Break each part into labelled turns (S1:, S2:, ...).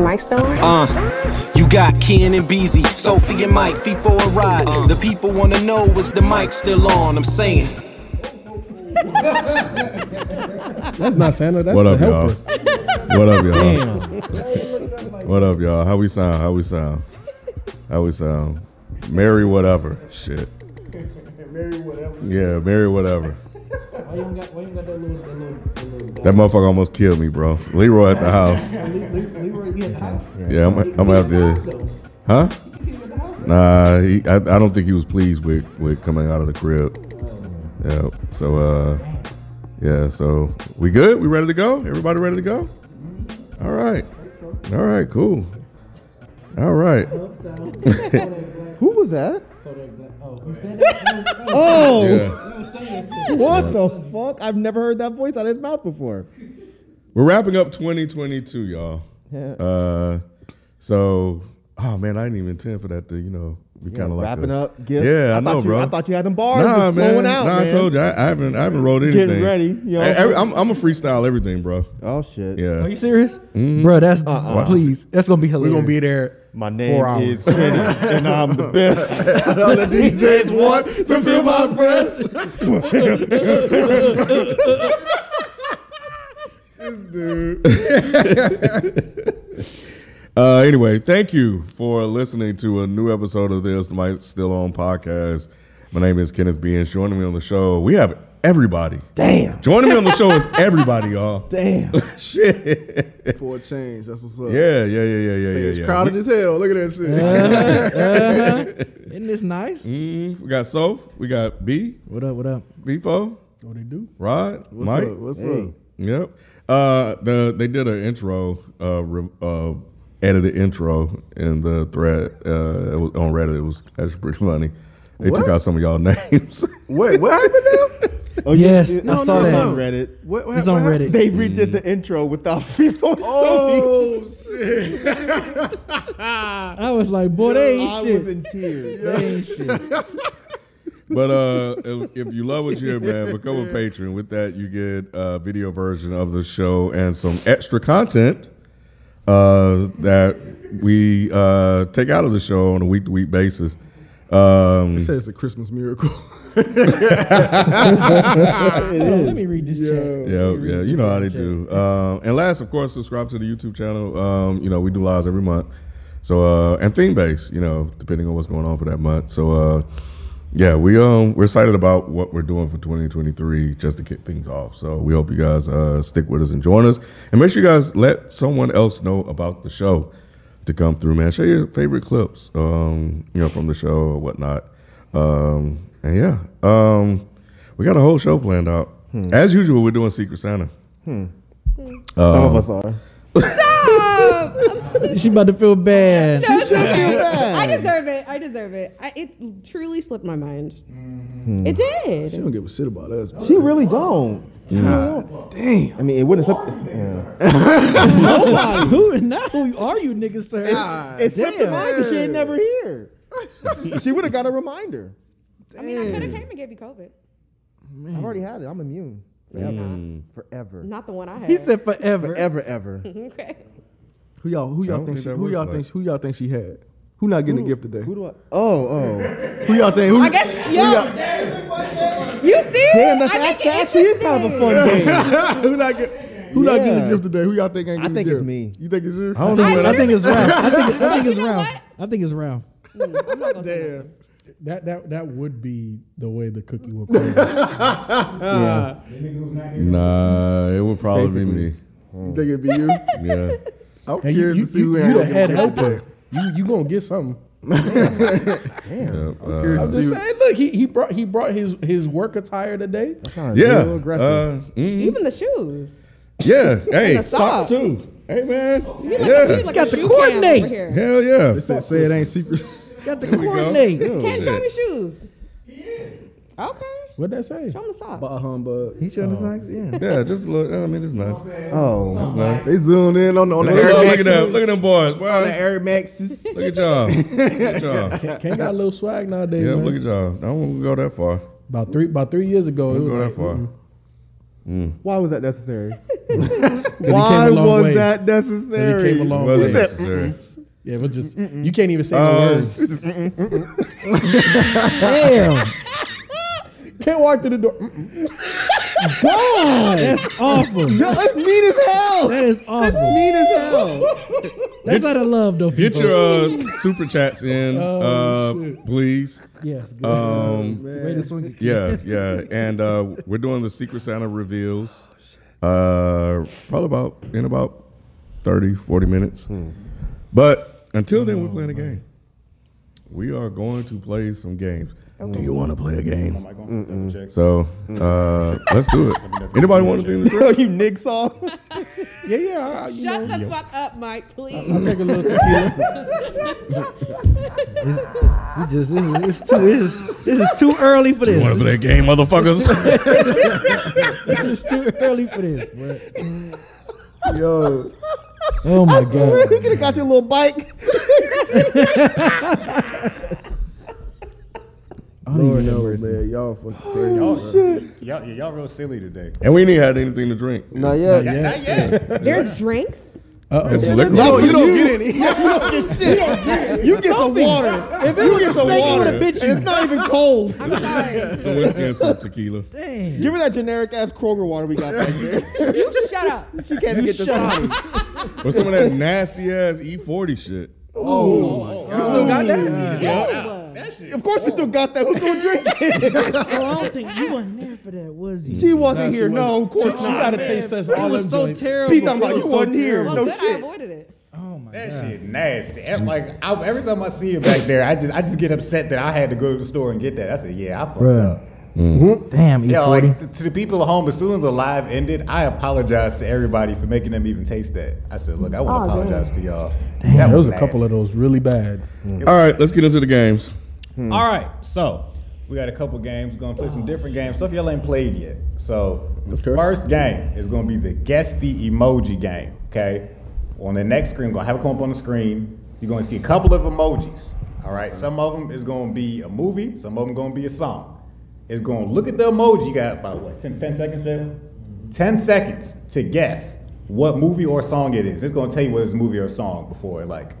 S1: mic still on?
S2: Uh, you got Ken and Beezy, Sophie and Mike, feet for a ride. The people wanna know is the mic still on? I'm saying.
S3: That's not Santa. That's
S4: What
S3: the
S4: up, y'all?
S3: helper.
S4: What up, y'all? what up, y'all? How we sound? How we sound? How we sound? Mary whatever. Shit. Yeah, Mary whatever.
S3: Why you got, why you got that little, that little, that little
S4: That motherfucker almost killed me, bro. Leroy at the house. Yeah, I'm, I'm gonna have to. Huh? Nah, he, I, I don't think he was pleased with with coming out of the crib.
S3: Oh.
S4: Yeah. So uh, yeah. So we good? We ready to go? Everybody ready to go? All right. All right. Cool. All right.
S5: Who was that?
S3: Oh,
S4: Yeah.
S5: What the fuck? I've never heard that voice out of his mouth before.
S4: We're wrapping up 2022, y'all. Uh, so oh man, I didn't even intend for that to you know be kind of like
S5: Wrapping
S4: a-
S5: up gifts.
S4: Yeah, I,
S5: thought
S4: know,
S5: you,
S4: bro.
S5: I thought you had them bars
S4: Nah,
S5: just flowing
S4: man.
S5: out,
S4: nah,
S5: man.
S4: I told you I, I haven't. I haven't rolled anything.
S5: Getting ready, yo.
S4: I, am I'm a freestyle everything, bro.
S5: Oh shit.
S4: Yeah.
S6: Are you serious, bro? That's please. That's Uh-uh. gonna be
S7: We're
S6: hilarious.
S7: gonna be there.
S5: My
S7: Four
S5: name
S7: hours.
S5: is Kenny, and I'm the best.
S4: All the DJs want to feel my breath. this dude. uh, anyway, thank you for listening to a new episode of this Might Still On podcast. My name is Kenneth B. And joining me on the show, we have everybody.
S5: Damn.
S4: Joining me on the show is everybody, y'all.
S5: Damn.
S4: Shit.
S7: For a change. That's what's up.
S4: Yeah, yeah, yeah, yeah, yeah, yeah.
S7: Stage
S4: yeah.
S7: crowded
S4: We,
S7: as hell. Look at that shit.
S6: Isn't this nice?
S4: mm, we got Soph, we got B,
S6: What up? What up?
S4: Bifo,
S3: what they do?
S4: Rod,
S7: Oh, What's
S4: Mike.
S7: up? What's up?
S4: Yep. Uh, the they did an intro, uh, re, uh, edited intro in the thread uh, it was on Reddit. It was actually pretty funny. They took
S7: What?
S4: out some of y'all names.
S7: Wait, what happened now?
S5: Oh,
S6: Yes,
S5: you-
S6: I
S5: no,
S6: saw
S5: no,
S6: that.
S5: no. Reddit.
S7: What, what
S6: He's
S7: hap-
S6: on
S7: what hap-
S6: Reddit.
S5: They redid the intro without FIFO. and Sophie.
S7: Oh shit!
S6: I was like, boy, they ain't
S5: I
S6: shit.
S5: was in tears.
S6: They ain't shit.
S4: but uh, if, if you love what you hear, man, become a patron. With that, you get a video version of the show and some extra content uh, that we uh, take out of the show on a week to week basis. Um,
S7: It says it's a Christmas miracle.
S6: Let me read this chat.
S4: Yeah, yeah, you know how they do. Um, and last, of course, subscribe to the YouTube channel. Um, you know, we do lives every month. So uh, and theme based, you know, depending on what's going on for that month. So uh, yeah, we um we're excited about what we're doing for 2023 just to kick things off. So we hope you guys uh, stick with us and join us, and make sure you guys let someone else know about the show to come through, man. Share your favorite clips, um, you know, from the show or whatnot. Um, and yeah, um, we got a whole show planned out. As usual, we're doing Secret Santa. Oh.
S5: Some of us are.
S6: She about to feel bad.
S1: I deserve it. I deserve it. I, it truly slipped my mind. It
S7: She
S1: did.
S7: don't give a shit about us. bro.
S5: She really don't. Damn. I mean, it wouldn't. Sup- yeah.
S6: who now? Who are you, niggas, sir?
S5: It slipped her
S6: Damn.
S5: mind because she ain't never here. she would have got a reminder.
S1: I mean, I could have came and gave you COVID.
S5: I've already had it. I'm immune. Forever.
S4: Mm.
S5: Forever.
S1: Not the one I had.
S6: He said forever.
S5: Forever, ever.
S1: okay.
S7: Who y'all? Who y'all
S4: don't think
S7: think? She,
S4: that
S7: who
S4: works
S7: y'all
S4: like-
S7: think? Who y'all think she had? Who not getting a gift today?
S5: Who
S7: Who,
S5: do I? Oh, oh.
S7: y'all think? Who,
S1: I guess,
S7: who y'all-
S1: yo. You see?
S5: Damn, that's
S1: I think
S5: actually,
S1: it
S5: actually is kind of a fun
S1: interesting.
S5: game.
S7: who not get? Who not getting a
S5: Yeah.
S7: gift today? Who y'all think ain't getting
S5: I
S7: a
S5: think it's
S7: gift?
S5: me.
S7: You think it's you?
S4: I don't know. man. I
S6: I think
S4: think
S6: it's Ralph. I think, I think it's
S1: You know
S6: Ralph.
S1: what?
S6: I think it's Ralph.
S7: Damn.
S3: That that that would be the way the cookie would. Come.
S4: nah, it would probably be me.
S7: You think it'd be you?
S4: Yeah,
S7: I'm
S3: And you
S7: curious
S3: you,
S7: to see
S3: you,
S7: who
S3: you
S7: ain't
S3: the
S7: getting
S3: head
S7: a gift today.
S3: helper. You you gonna get something.
S4: yeah. uh,
S7: Curious to
S3: Just
S7: see.
S3: saying, look, he, he brought he brought his his work attire today.
S4: yeah.
S5: little aggressive.
S4: uh, mm,
S1: Even the shoes.
S4: yeah. Hey,
S1: the
S4: socks
S1: socks.
S4: too. Hey man.
S1: You like,
S4: yeah.
S1: you like
S6: Got
S1: a
S6: to
S1: shoe cam over
S6: coordinate.
S1: here.
S4: Hell yeah.
S7: They said, say it ain't secret.
S6: Got the
S4: There we go.
S6: coordinate.
S4: Yeah.
S1: Can't show
S4: Shit.
S1: me shoes. Okay.
S3: What'd that say?
S1: Show him the socks.
S3: Uh,
S7: Bah humbug.
S6: He showed his socks. Yeah.
S4: Yeah, just look. I mean, it's nice.
S5: Oh.
S7: They zoomed in on the on the
S4: Look,
S7: Air
S4: look, at
S7: Maxes.
S4: them. Look at them boys. Wow.
S7: The Air Maxes.
S4: Look at y'all. Look at y'all.
S3: Ken got a little swag nowadays.
S4: Yeah,
S3: man.
S4: look at y'all. I don't go that far.
S3: about three about three years ago. it
S4: Don't
S3: was
S4: go
S3: like,
S4: that far.
S5: Why was that necessary?
S3: came
S5: Why
S3: a long
S5: was
S3: way.
S5: that
S3: It
S5: necessary?
S3: came a long
S4: wasn't
S3: way.
S4: necessary.
S3: Yeah, but just you can't even say the
S4: Um,
S3: words. Damn. Can't walk through the door.
S6: God, that's awful.
S5: Yo, that's mean as hell.
S6: That is awful.
S5: mean as hell.
S6: That's out of love, though.
S4: Get
S6: people.
S4: your uh, super chats in,
S3: Oh,
S4: uh, please.
S6: yes. Good.
S4: Um,
S6: Way to swing it.
S4: yeah, yeah, and uh, we're doing the Secret Santa reveals. Uh, probably about in about 30, 40 minutes.
S7: Hmm.
S4: But until then, we're playing a game. We are going to play some games. Do you want to play a game? So uh, let's do it. Anybody want to do it?
S5: Yo, you Nick saw.
S3: Yeah, yeah. I, you know,
S1: Shut the fuck up, Mike, please.
S5: Uh-uh.
S3: I'll take a little tequila.
S6: You just, this, is, it's too, this, is, this is too early for this.
S4: Want to play a game, motherfuckers?
S6: This is too early for this. bro.
S7: Yo,
S6: Oh my
S5: Swear,
S6: god.
S5: you could have got your little bike.
S7: Lord no, man, y'all fucking crazy.
S8: Oh, shit. Y'all, yeah, y'all real silly today.
S4: and we ain't had anything to drink.
S7: Not yet.
S8: Yeah, Not yet.
S1: There's drinks.
S4: It's
S3: Uh-oh.
S4: liquor.
S5: Oh,
S7: No, you don't get any.
S5: You get some water.
S6: If it was
S5: Get
S6: a
S5: some
S6: snake, it would
S5: water.
S6: have bit
S5: And it's
S6: you.
S5: not even cold.
S1: I'm sorry.
S4: Some whiskey and some tequila.
S6: Dang.
S5: Give me that generic ass Kroger water we got back there.
S1: you shut up.
S5: She can't even get the
S6: shut up.
S5: sign.
S4: Or some of that nasty ass E40 shit.
S6: Still got that?
S5: Of course, we still got that. Who's gonna drink it?
S6: Oh, I don't think you weren't there for that, was you?
S5: She wasn't here. No, of course
S3: She
S5: not.
S3: gotta taste us all
S6: it was
S3: them
S6: so
S3: joints.
S6: terrible.
S5: She talking about
S6: It was
S5: you
S6: so
S5: wasn't here.
S6: terrible.
S1: Well,
S5: No
S1: good I
S5: shit.
S1: avoided it.
S6: Oh my
S8: That shit nasty. That's like I, every time I see it back there, I just I just get upset that I had to go to the store and get that. I said, yeah, I fucked up.
S6: Bruh. Damn, E40.
S8: Yeah, like to, to the people at home, as soon as the live ended, I apologize to everybody for making them even taste that. I said, look, I
S5: Oh,
S8: want to apologize to y'all.
S3: Yeah,
S8: that
S3: there was a couple of those really bad.
S4: All right, let's get into the games.
S8: All right, so we got a couple games. We're gonna play some different games. Stuff y'all ain't played yet. So the first game is gonna be the guess the emoji game. Okay, on the next screen, we're gonna have it come up on the screen. You're gonna see a couple of emojis. All right, some of them is gonna be a movie. Some of them gonna be a song. It's gonna look at the emoji. You got about what 10, 10 seconds, Jay? Ten seconds to guess what movie or song it is. It's gonna tell you whether it's a movie or a song before it like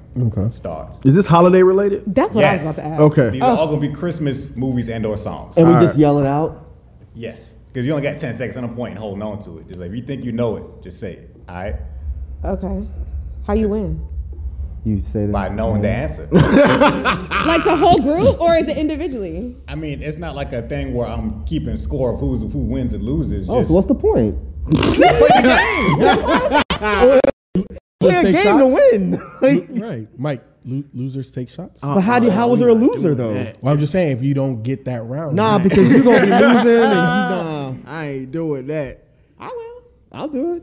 S8: starts.
S7: Is this holiday related?
S1: That's what I
S8: Yes.
S1: was about to ask.
S7: Okay.
S8: These are all gonna be Christmas movies and or songs.
S5: And we just yell it out.
S8: Yes, because you only got 10 seconds on a point and holding on to it. Just like if you think you know it, just say it. All right,
S1: Okay. How you win?
S5: You say that.
S8: by knowing the answer.
S1: Like the whole group or is it individually?
S8: I mean, it's not like a thing where I'm keeping score of who's who wins and loses.
S5: Oh,
S8: just
S5: so what's the point?
S3: Let's
S5: Play a
S3: take
S5: game
S3: shots.
S5: to win. Like,
S3: Right, Mike. Lo- losers take shots.
S7: Uh,
S5: but how do how was there a loser though?
S3: well, I'm just saying, if you don't get that round,
S5: Nah, because you gonna be losing. and you, nah,
S7: I ain't doing that.
S1: I will.
S5: I'll do it.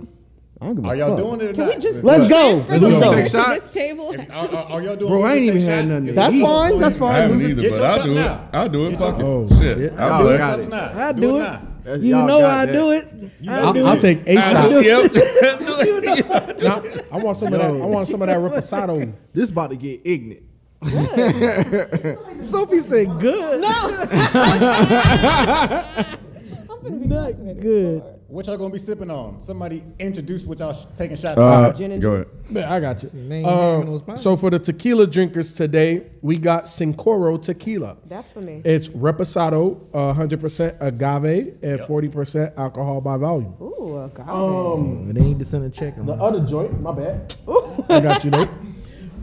S5: I don't give a
S8: are y'all
S5: fuck.
S8: doing it or
S1: Can
S8: not?
S1: we just
S5: Let's go.
S1: transfer
S5: Let's
S1: the
S5: go.
S1: vote
S7: Take
S1: to this
S7: shots.
S1: table?
S8: If- Are, are- are y'all doing
S7: Bro, I ain't
S8: losers
S7: even
S8: take
S7: had
S8: shots?
S7: nothing to
S8: If
S5: That's
S8: you-
S5: fine. That's
S4: I
S5: fine.
S4: haven't either,
S8: Get
S4: but
S8: your
S4: I'll
S8: cup
S4: do it.
S8: now.
S4: I'll do it. Fuck it.
S3: Oh,
S4: shit. I'll do
S7: Oh,
S4: it.
S7: got
S8: It's
S7: it.
S8: not.
S6: I do it.
S8: now.
S7: That's-
S6: You
S7: y'all
S6: know
S7: got
S6: I
S7: that.
S6: do it. I
S3: I'll,
S6: do
S3: I'll
S6: it.
S3: take eight shots.
S4: Yep.
S3: Nah, I want some of that. I want some of that reposado.
S7: This about to get ignorant.
S6: Sophie said good.
S1: No. I'm gonna be
S6: Not
S1: constipated.
S6: good.
S8: What y'all gonna be sipping on? Somebody introduce what y'all sh- taking shots
S4: Uh,
S8: on.
S1: Gin and
S4: go ahead.
S3: Man, I got you.
S6: Man,
S3: Uh,
S6: you having those
S3: so for the tequila drinkers today, we got Sincoro tequila.
S1: That's for me.
S3: It's reposado, uh, 100% agave and 40% alcohol by volume.
S1: Ooh, a god.
S6: They need to send a check.
S3: The other joint, my bad. I got you there.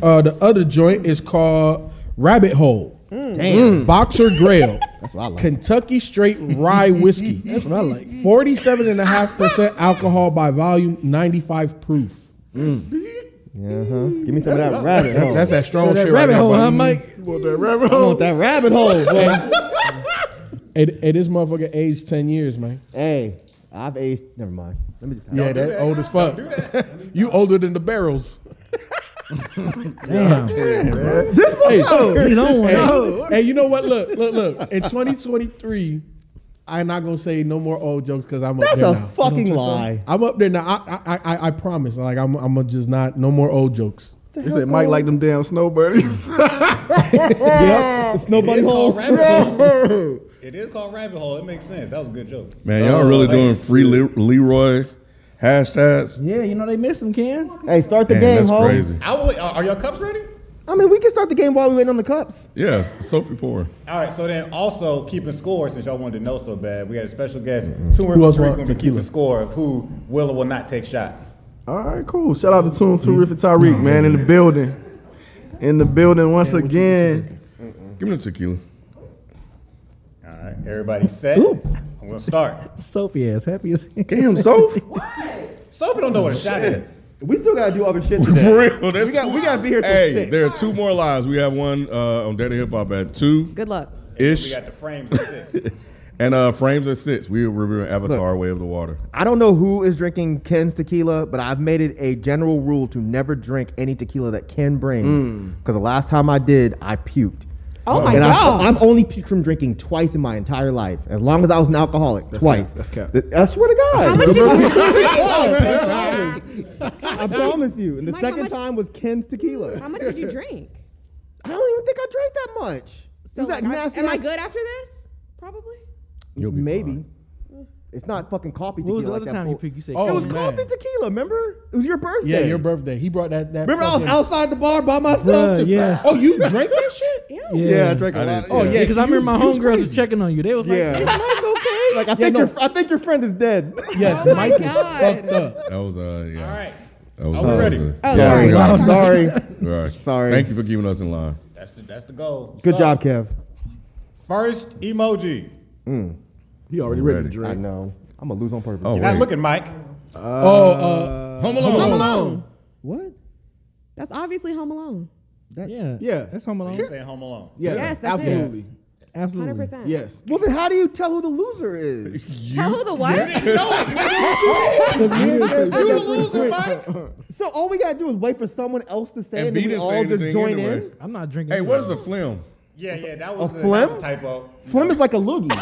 S3: Uh, the other joint is called Rabbit Hole. Damn. Boxer Grail. That's what I like. Kentucky Straight Rye Whiskey. That's what I like. 47.5% alcohol by volume, 95 proof.
S5: Uh-huh. Give me some of that rabbit hole.
S3: That's that strong
S6: That
S3: shit
S6: rabbit
S3: right
S6: hole,
S3: there,
S6: huh,
S3: buddy.
S6: Mike?
S5: I want that rabbit hole. boy.
S3: Hey, th- hey, this motherfucker aged 10 years, man.
S5: hey, I've aged. Never mind. Let me just.
S3: Yeah, that old as fuck. You older than the barrels.
S6: Damn.
S3: Hey,
S6: He's on one.
S3: hey, hey, you know what? Look, look, look. In 2023, I'm not gonna say no more old jokes because I'm up
S5: That's
S3: there
S5: a
S3: now.
S5: fucking lie.
S3: I'm up there now. I, I, I, I promise. Like I'm, I'm gonna just not no more old jokes.
S7: They said Mike like them damn snowbirdies.
S5: Yep, it's no
S8: It
S5: bunny
S8: is called
S5: hole.
S8: rabbit hole. It is called rabbit hole. It makes sense. That was a good joke. Uh,
S4: Man, y'all really doing free Le- Leroy hashtags.
S6: Yeah, you know they missed him, Ken.
S5: Hey, start the
S4: Damn,
S5: game,
S4: that's
S5: ho.
S4: crazy.
S8: I will, uh, are are your cups ready?
S5: I mean, we can start the game while we waiting on the cups.
S4: Yes, Sophie Poor.
S8: All right, so then also keeping score since y'all wanted to know so bad, we had a special guest, Tune
S3: Who else
S8: Rick
S3: want
S8: going to be
S3: tequila?
S8: keeping score of who will or will not take shots.
S7: All right, cool. Shout out to Tune Tarif and Tyreek, man, in the building. In the building once again.
S4: Give me the tequila.
S8: All right, everybody set. I'm gonna start.
S6: Sophie ass happy as
S4: Damn, Soph.
S8: Sophie don't know what a shot is.
S5: We still gotta do other shit
S4: For
S5: today.
S4: real. That's
S5: We got-
S4: two-
S5: we gotta be here till
S4: Hey,
S5: six.
S4: there are two more lives. We have one uh, on Daddy Hip Hop at two
S1: Good luck.
S8: We
S4: ish,
S8: got the frames at six.
S4: and uh, frames at six. We are reviewing Avatar: Way of the Water.
S5: I don't know who is drinking Ken's tequila, but I've made it a general rule to never drink any tequila that Ken brings. Because the last time I did, I puked.
S1: Oh my
S5: and
S1: God.
S5: I, I've only puked from drinking twice in my entire life. As long as I was an alcoholic, twice.
S7: cap, that's cap.
S5: Th- I swear to God.
S1: How much did you
S5: I promise you. And the
S1: Mike, how
S5: second
S1: much-
S5: time was Ken's tequila.
S1: How much did you drink?
S5: I don't even think I drank that much. It
S1: So
S5: was that
S1: like, are-
S5: nasty
S1: am I
S5: ass-
S1: good after this? Probably.
S4: You'll be
S5: Maybe.
S4: fine.
S5: It's not fucking coffee
S6: What was
S5: tequila.
S6: the
S5: like
S6: other
S5: that
S6: time you
S5: bull-
S6: picked? You said
S3: Oh,
S5: It was
S3: man.
S5: coffee tequila, remember? It was your birthday.
S3: Yeah, your birthday. He brought that. that
S5: Remember, I was
S3: fucking-
S5: outside the bar by myself.
S6: Bruh,
S5: just-
S6: Uh, yes.
S3: Oh, you drank that shit?
S1: Yeah.
S5: Yeah, I drank a
S4: I
S5: lot.
S4: did
S5: Oh,
S4: too.
S6: Yeah, because I
S3: you
S6: remember my
S3: was- you was
S6: homegirls was
S3: crazy.
S6: checking on you. They was
S5: Yeah.
S6: like,
S5: okay? Like, I think,
S3: no.
S5: your, I think your friend is dead.
S3: Yes,
S1: Oh my
S3: Mike was
S1: God.
S3: fucked up.
S4: That was uh, yeah.
S8: All right,
S4: That was,
S8: Are
S4: that
S8: we
S4: was
S8: ready?
S4: a- Yeah,
S1: Oh, sorry.
S4: we are.
S5: I'm sorry.
S4: All right.
S5: Sorry.
S4: Thank you for keeping us in line.
S8: that's the that's the goal.
S5: Good
S8: So,
S5: job, Kev.
S8: First emoji.
S7: He already ready
S4: Ready.
S7: to
S5: I
S7: drink.
S5: know. I'm gonna lose on purpose.
S4: Oh,
S8: You're not
S4: wait.
S8: looking, Mike.
S3: oh, uh,
S4: Home Alone.
S1: Home Alone.
S5: What?
S1: That's obviously Home Alone.
S6: yeah,
S7: Yeah.
S6: that's Home Alone.
S8: You're saying Home Alone.
S7: Yes,
S1: Yes, that's it.
S7: absolutely.
S1: Hundred
S6: Absolutely.
S1: percent.
S7: Yes.
S5: Well, then how do you tell who the loser is?
S1: Tell who the what?
S8: You the loser, Mike.
S5: so all we gotta do is wait for someone else to say
S4: And
S5: it, and then
S4: B
S5: we
S4: didn't say
S5: all just
S4: anything
S5: join
S4: anyway.
S5: in.
S6: I'm not drinking.
S4: Hey, what is a flim?
S8: Yeah, yeah, that was a, that
S5: phlegm?
S8: was a typo.
S5: Flim is like a loogie.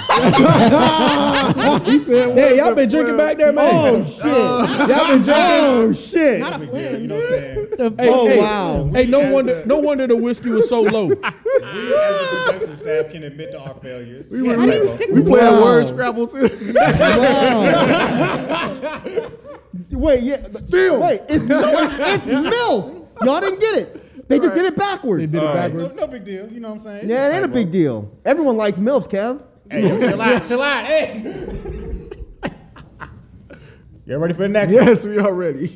S3: hey, y'all been drinking back there, man.
S5: Oh, shit! Y'all been drinking. Oh shit!
S1: Not a
S8: Yeah,
S1: flim.
S8: you know what I'm saying.
S3: Hey,
S5: Oh,
S3: hey,
S5: wow.
S3: Hey, no wonder, no wonder the whiskey was so
S6: Oh
S3: low.
S8: We as the production staff can admit to our failures. We
S1: How do you stick
S7: We
S1: with
S7: playing
S5: Wow.
S7: word Scrabble too.
S5: Wait, yeah. Film. Wait, it's milf. it's milf. Y'all didn't get it. They just did it backwards.
S3: Did it
S8: No,
S3: backwards.
S8: no big deal. You know what I'm saying?
S5: Yeah, it ain't a
S8: Just
S5: big deal. Everyone likes milfs, Kev.
S8: Hey, chill out, chill out. Hey. Y'all ready for the next one?
S7: yes, we are ready.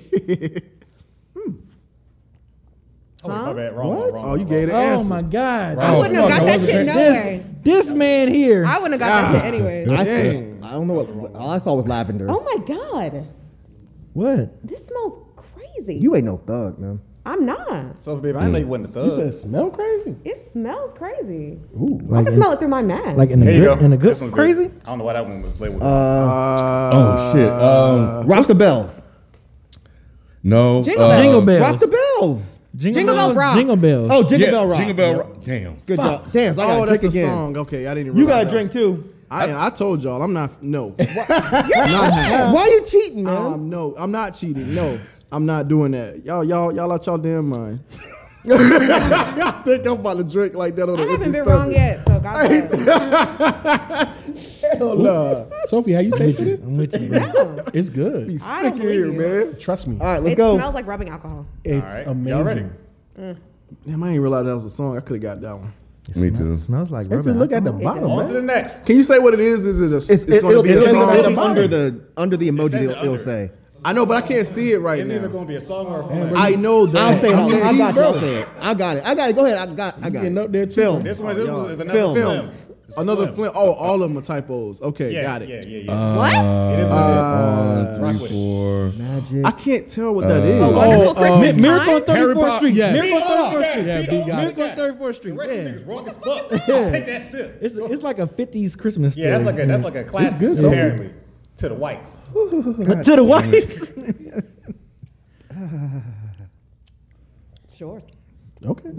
S8: Oh, wait, my bad. Wrong, one, wrong.
S7: oh, you gave the
S6: Oh
S7: answer.
S6: my god.
S1: I wouldn't have
S4: fuck,
S1: got
S4: I
S1: that
S4: wasn't
S1: shit
S4: paying-
S1: no
S6: This
S1: way.
S6: this man here.
S1: I wouldn't have got that shit anyway.
S5: I, I don't know what. All I saw was lavender.
S1: Ah. Oh my god,
S6: What?
S1: this smells crazy.
S5: You ain't no thug, man.
S1: I'm not.
S8: So, baby, I didn't know you wasn't a thug.
S3: smell crazy.
S1: It smells crazy.
S6: Ooh,
S1: I
S6: like
S1: can
S6: in,
S1: smell it through my mask.
S6: like in a
S8: Here you
S6: good,
S8: go.
S6: in a good
S8: This one's
S6: crazy.
S8: I don't know why that one was labeled.
S4: oh shit. Um,
S5: Rock the bells.
S4: no.
S1: Jingle
S4: uh,
S1: Bell.
S6: Jingle bells.
S5: Rock the bells.
S1: Jingle Bell rock.
S6: Jingle bells.
S5: Oh, jingle
S4: yeah,
S5: bell rock.
S4: Jingle Bell Rock. Damn.
S5: Good job. Damn, so I gotta
S7: oh,
S5: drink
S7: that's a
S5: again.
S7: song. Okay, I didn't. Even
S5: You gotta
S7: realize that
S5: drink
S7: was-
S5: too.
S7: I, I told y'all, I'm not. No,
S5: Why are you cheating, man?
S7: um, no, I'm not cheating. No, I'm not doing that. Y'all, y'all, y'all out y'all damn mind. y'all think I'm about to drink like that on
S1: I
S7: the
S1: haven't
S7: empty
S1: been
S7: stomach.
S1: wrong yet, so God bless.
S7: Hell nah.
S3: Sophie, how you tasting it?
S6: I'm with you. bro.
S3: It's good.
S7: Be
S1: I
S7: sick
S1: don't
S7: of
S1: believe
S7: here,
S1: you.
S7: man.
S3: Trust me,
S5: All right, let's
S1: It
S5: go.
S1: smells like rubbing alcohol.
S3: it's
S8: right, y'all ready?
S3: amazing.
S7: Damn, I didn't realize that was a song. I could have got that one.
S4: Me too.
S6: Smells like
S3: Let's just
S6: rubber.
S3: look at the
S6: alcohol.
S3: bottom.
S8: on
S3: Man.
S8: to the next.
S7: Can you say what it is? Is it a? It's,
S5: It's, it,
S7: gonna
S5: will
S7: be a
S5: it'll,
S7: song.
S5: it'll be under the under the emoji.
S8: says
S5: It'll, it'll
S8: under.
S5: say.
S7: I know, but I can't see it right
S8: It's either
S7: now.
S8: going to be a song or a film.
S7: I know that.
S5: I'll say it.
S7: I'm
S5: I'll-
S7: saying
S5: I
S7: he's
S5: got it. I'll
S7: brother.
S5: say it. I got it. I got it. Go ahead. I got. I got
S3: Getting
S5: it.
S3: up there too.
S5: Film.
S8: This one this one is another
S5: Film.
S8: film.
S5: Film.
S8: It's a
S7: Another
S8: film.
S7: Flint. Oh, all of them are typos. Okay,
S8: Yeah,
S7: got it. Uh,
S8: Yeah, yeah, yeah.
S1: What?
S8: it is what
S4: Uh, One,
S8: Rock
S4: three,
S8: with it.
S4: four. Uh,
S7: I can't tell what
S5: Uh,
S7: that is.
S4: Oh,
S1: Wonderful
S3: uh,
S1: Christmas
S6: Mi- Miracle on
S1: time.
S6: 34th Street.
S3: yes.
S6: Miracle on
S8: Beat all
S6: 34th
S8: that.
S6: Street.
S8: Yeah,
S3: Beat
S6: Miracle on
S3: all
S8: that.
S6: 34th
S8: The
S6: Street.
S8: rest
S6: Yeah.
S8: of niggas wrong as fuck. Take that sip.
S6: It's, it's like a 50s Christmas
S8: yeah, that's like a that's like a classic
S3: good, so-
S8: apparently to the whites.
S6: a to the whites.
S1: Sure.
S3: Okay.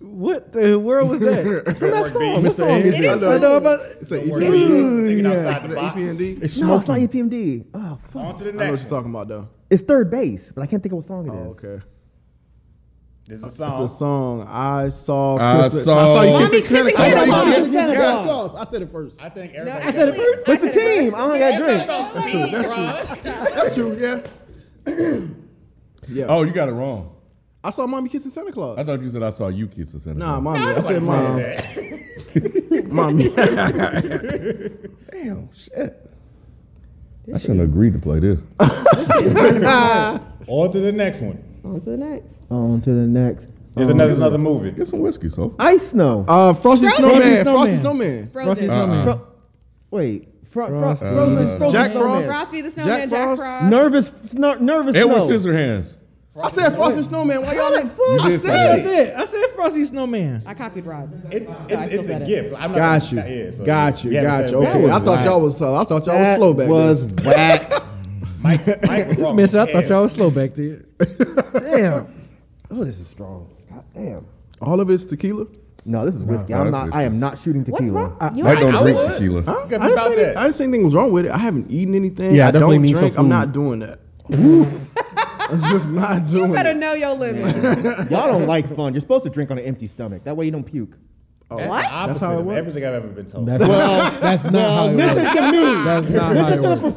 S6: what the world was that?
S8: From that song.
S6: What song is
S1: It is
S6: it?
S1: so-
S7: It's E an
S8: Work
S7: EP.
S8: beat, Thinking outside the box.
S7: EPND.
S3: It's
S5: No, it's not
S3: smoking.
S5: EPMD. Oh fuck.
S8: On to the
S7: I
S8: next.
S7: know what you're
S8: one.
S7: talking about though.
S5: Oh,
S6: Oh,
S5: It's third base, but I can't think of what song it is.
S7: Oh, okay.
S8: This is a
S7: It's
S8: song.
S7: a song. I saw.
S4: I
S7: Chris-
S4: saw-
S7: you
S1: Mommy
S7: kissing Santa
S1: kissing
S7: Claus.
S1: Santa
S7: I saw you
S1: Claus.
S7: kissing Santa Claus. I said it first.
S8: I think
S1: No,
S8: everybody.
S1: I said it first.
S5: It's a team. I don't got drink.
S1: That's
S7: That's true. Yeah. yeah.
S4: Oh, you got it wrong.
S7: I saw mommy kissing Santa Claus.
S4: I thought you said I saw you kiss a Santa.
S7: nah,
S4: Claus.
S7: mommy. I said mom.
S5: Mommy.
S4: Damn, shit. I shouldn't have agreed to play this.
S8: On to the next one.
S1: On to the next.
S5: On to the next.
S8: There's another another movie.
S4: Get some whiskey, so.
S5: Ice snow.
S6: Uh-uh.
S7: Uh, Frosty
S1: Frosty
S7: Snowman.
S6: Snowman.
S7: Frosty
S1: Frozen.
S7: Snowman.
S5: Fro- wait. Fro- Frost.
S6: Frost. Uh-uh.
S5: Frozen. Frozen
S7: Jack
S5: Snowman.
S7: Frost.
S1: Frosty the Snowman, Jack
S7: Jack
S1: Frost.
S7: Frost.
S5: Nervous. Sno- nervous
S4: Edward
S5: snow.
S4: Scissorhands.
S7: I said Frosty Snowman. Why y'all like?
S4: You
S7: I
S4: did
S7: said
S4: say
S7: it.
S6: That's it. I said Frosty Snowman.
S1: I copied Rod.
S8: It's
S1: I
S8: it's,
S1: still
S8: it's a
S1: got it.
S8: gift. I'm not
S7: Got you.
S8: gonna- yeah, so-
S7: got you.
S8: yeah,
S7: got
S8: so
S7: you.
S8: that
S7: Okay.
S8: was
S7: I thought
S8: whack.
S7: y'all was tough. I thought y'all was
S5: That
S7: slow back
S5: was
S7: then.
S5: whack.
S8: Mike, Mike was wrong.
S6: Miss, I
S8: Yeah.
S6: thought y'all was slow back there.
S5: damn. Oh, this is strong. God damn.
S7: All of it's tequila.
S5: No, this is whiskey.
S4: no,
S5: I'm
S4: that's
S5: not.
S4: whiskey.
S5: I am not shooting
S1: What's
S5: tequila.
S1: wrong? You
S4: I don't
S8: I
S4: drink
S8: would.
S4: tequila.
S7: Huh?
S8: Good
S7: I didn't,
S8: about
S7: say that.
S8: that.
S7: I didn't say anything was wrong with it. I haven't eaten anything.
S3: Yeah, I
S7: I
S3: definitely
S7: don't
S3: need some
S7: drink.
S3: food.
S7: I'm not doing that. I'm just not doing
S1: better
S7: it.
S1: know your limit.
S5: Y'all don't like fun. You're supposed to drink on an empty stomach. That way you don't puke.
S8: That's
S1: What?
S8: The opposite
S7: how it
S8: of
S7: works.
S8: everything I've ever been told.
S6: That's not, that's not how it
S5: Listen
S6: works.
S5: to me.
S6: That's not how it
S5: Listen to the
S6: works.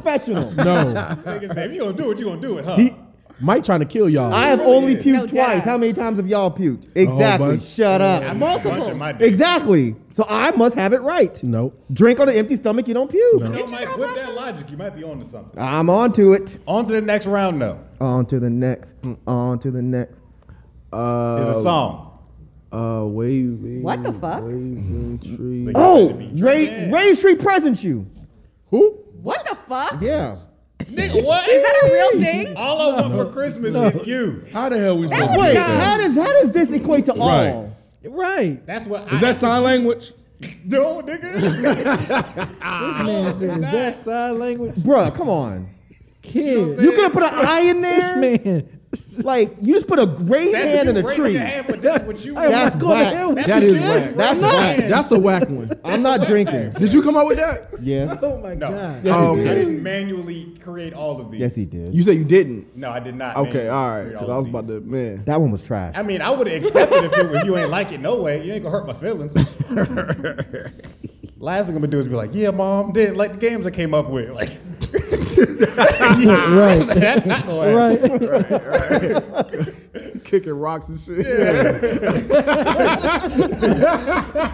S5: professional.
S6: No.
S8: Nigga said, if you gonna do it, you gonna do it, huh?
S3: He Mike trying to kill y'all.
S5: I have
S8: really
S5: only
S8: is.
S5: puked
S1: No, dead
S5: twice.
S1: ass.
S5: How many times have y'all puked? Exactly.
S3: bunch.
S5: Shut
S8: I'm
S5: up.
S8: punching my dick.
S5: Exactly. So I must have it right.
S3: nope.
S5: Drink on an empty stomach, you don't puke.
S8: You know, Mike, with that logic, you might be onto something.
S5: I'm on to it.
S8: On to the next round, though.
S5: On to the next. On to the next.
S8: There's
S7: Uh,
S8: a song.
S7: uh, waving.
S1: What the fuck?
S7: Waving tree.
S8: Like,
S5: Oh,
S8: you better be
S5: Ray,
S8: drinking.
S5: Ray Street present you.
S3: Who?
S1: What the fuck?
S5: Yeah.
S8: Nigga, what?
S1: Is that a real thing?
S8: All I want for Christmas is you.
S4: How the hell we
S1: That
S4: supposed
S1: was
S4: to
S5: Wait,
S4: get
S1: Yeah.
S4: that?
S5: how does how does this equate to all?
S4: Right.
S6: Right.
S8: That's what I
S4: Is that sign language?
S8: no, nigga.
S6: Man says that sign language.
S5: Bruh, come on.
S6: Kids.
S5: You could have put an eye in there.
S6: This man.
S5: Like you just put a raised
S8: That's
S5: hand
S8: you
S5: in a
S8: raising
S5: tree.
S8: your hand, but that's what you.
S5: That's
S6: I'm not going to
S5: whack.
S6: hell with
S8: That
S6: you,
S8: is
S6: kid.
S8: whack. That's
S5: whack.
S7: That's a whack one.
S5: I'm not drinking.
S7: Did you come up with that?
S5: Yes.
S6: Oh my
S8: No.
S6: God.
S5: Yes,
S7: Oh,
S5: he
S8: I
S5: did.
S8: didn't manually create all of these.
S5: Yes, he did.
S7: You said you didn't.
S8: No, I did not.
S7: Okay,
S8: manually
S7: all right.
S8: create
S7: Because
S8: all
S7: I
S8: of
S7: was about
S8: these.
S7: to. Man,
S5: That one was trash.
S8: I mean, I would have accepted if, it, if you ain't like it no way. You ain't gonna hurt my feelings. Last thing I'm gonna do is be like, yeah, mom, didn't like the games I came up with. Like, right. That's not gonna happen.
S6: Right.
S7: kicking rocks and shit.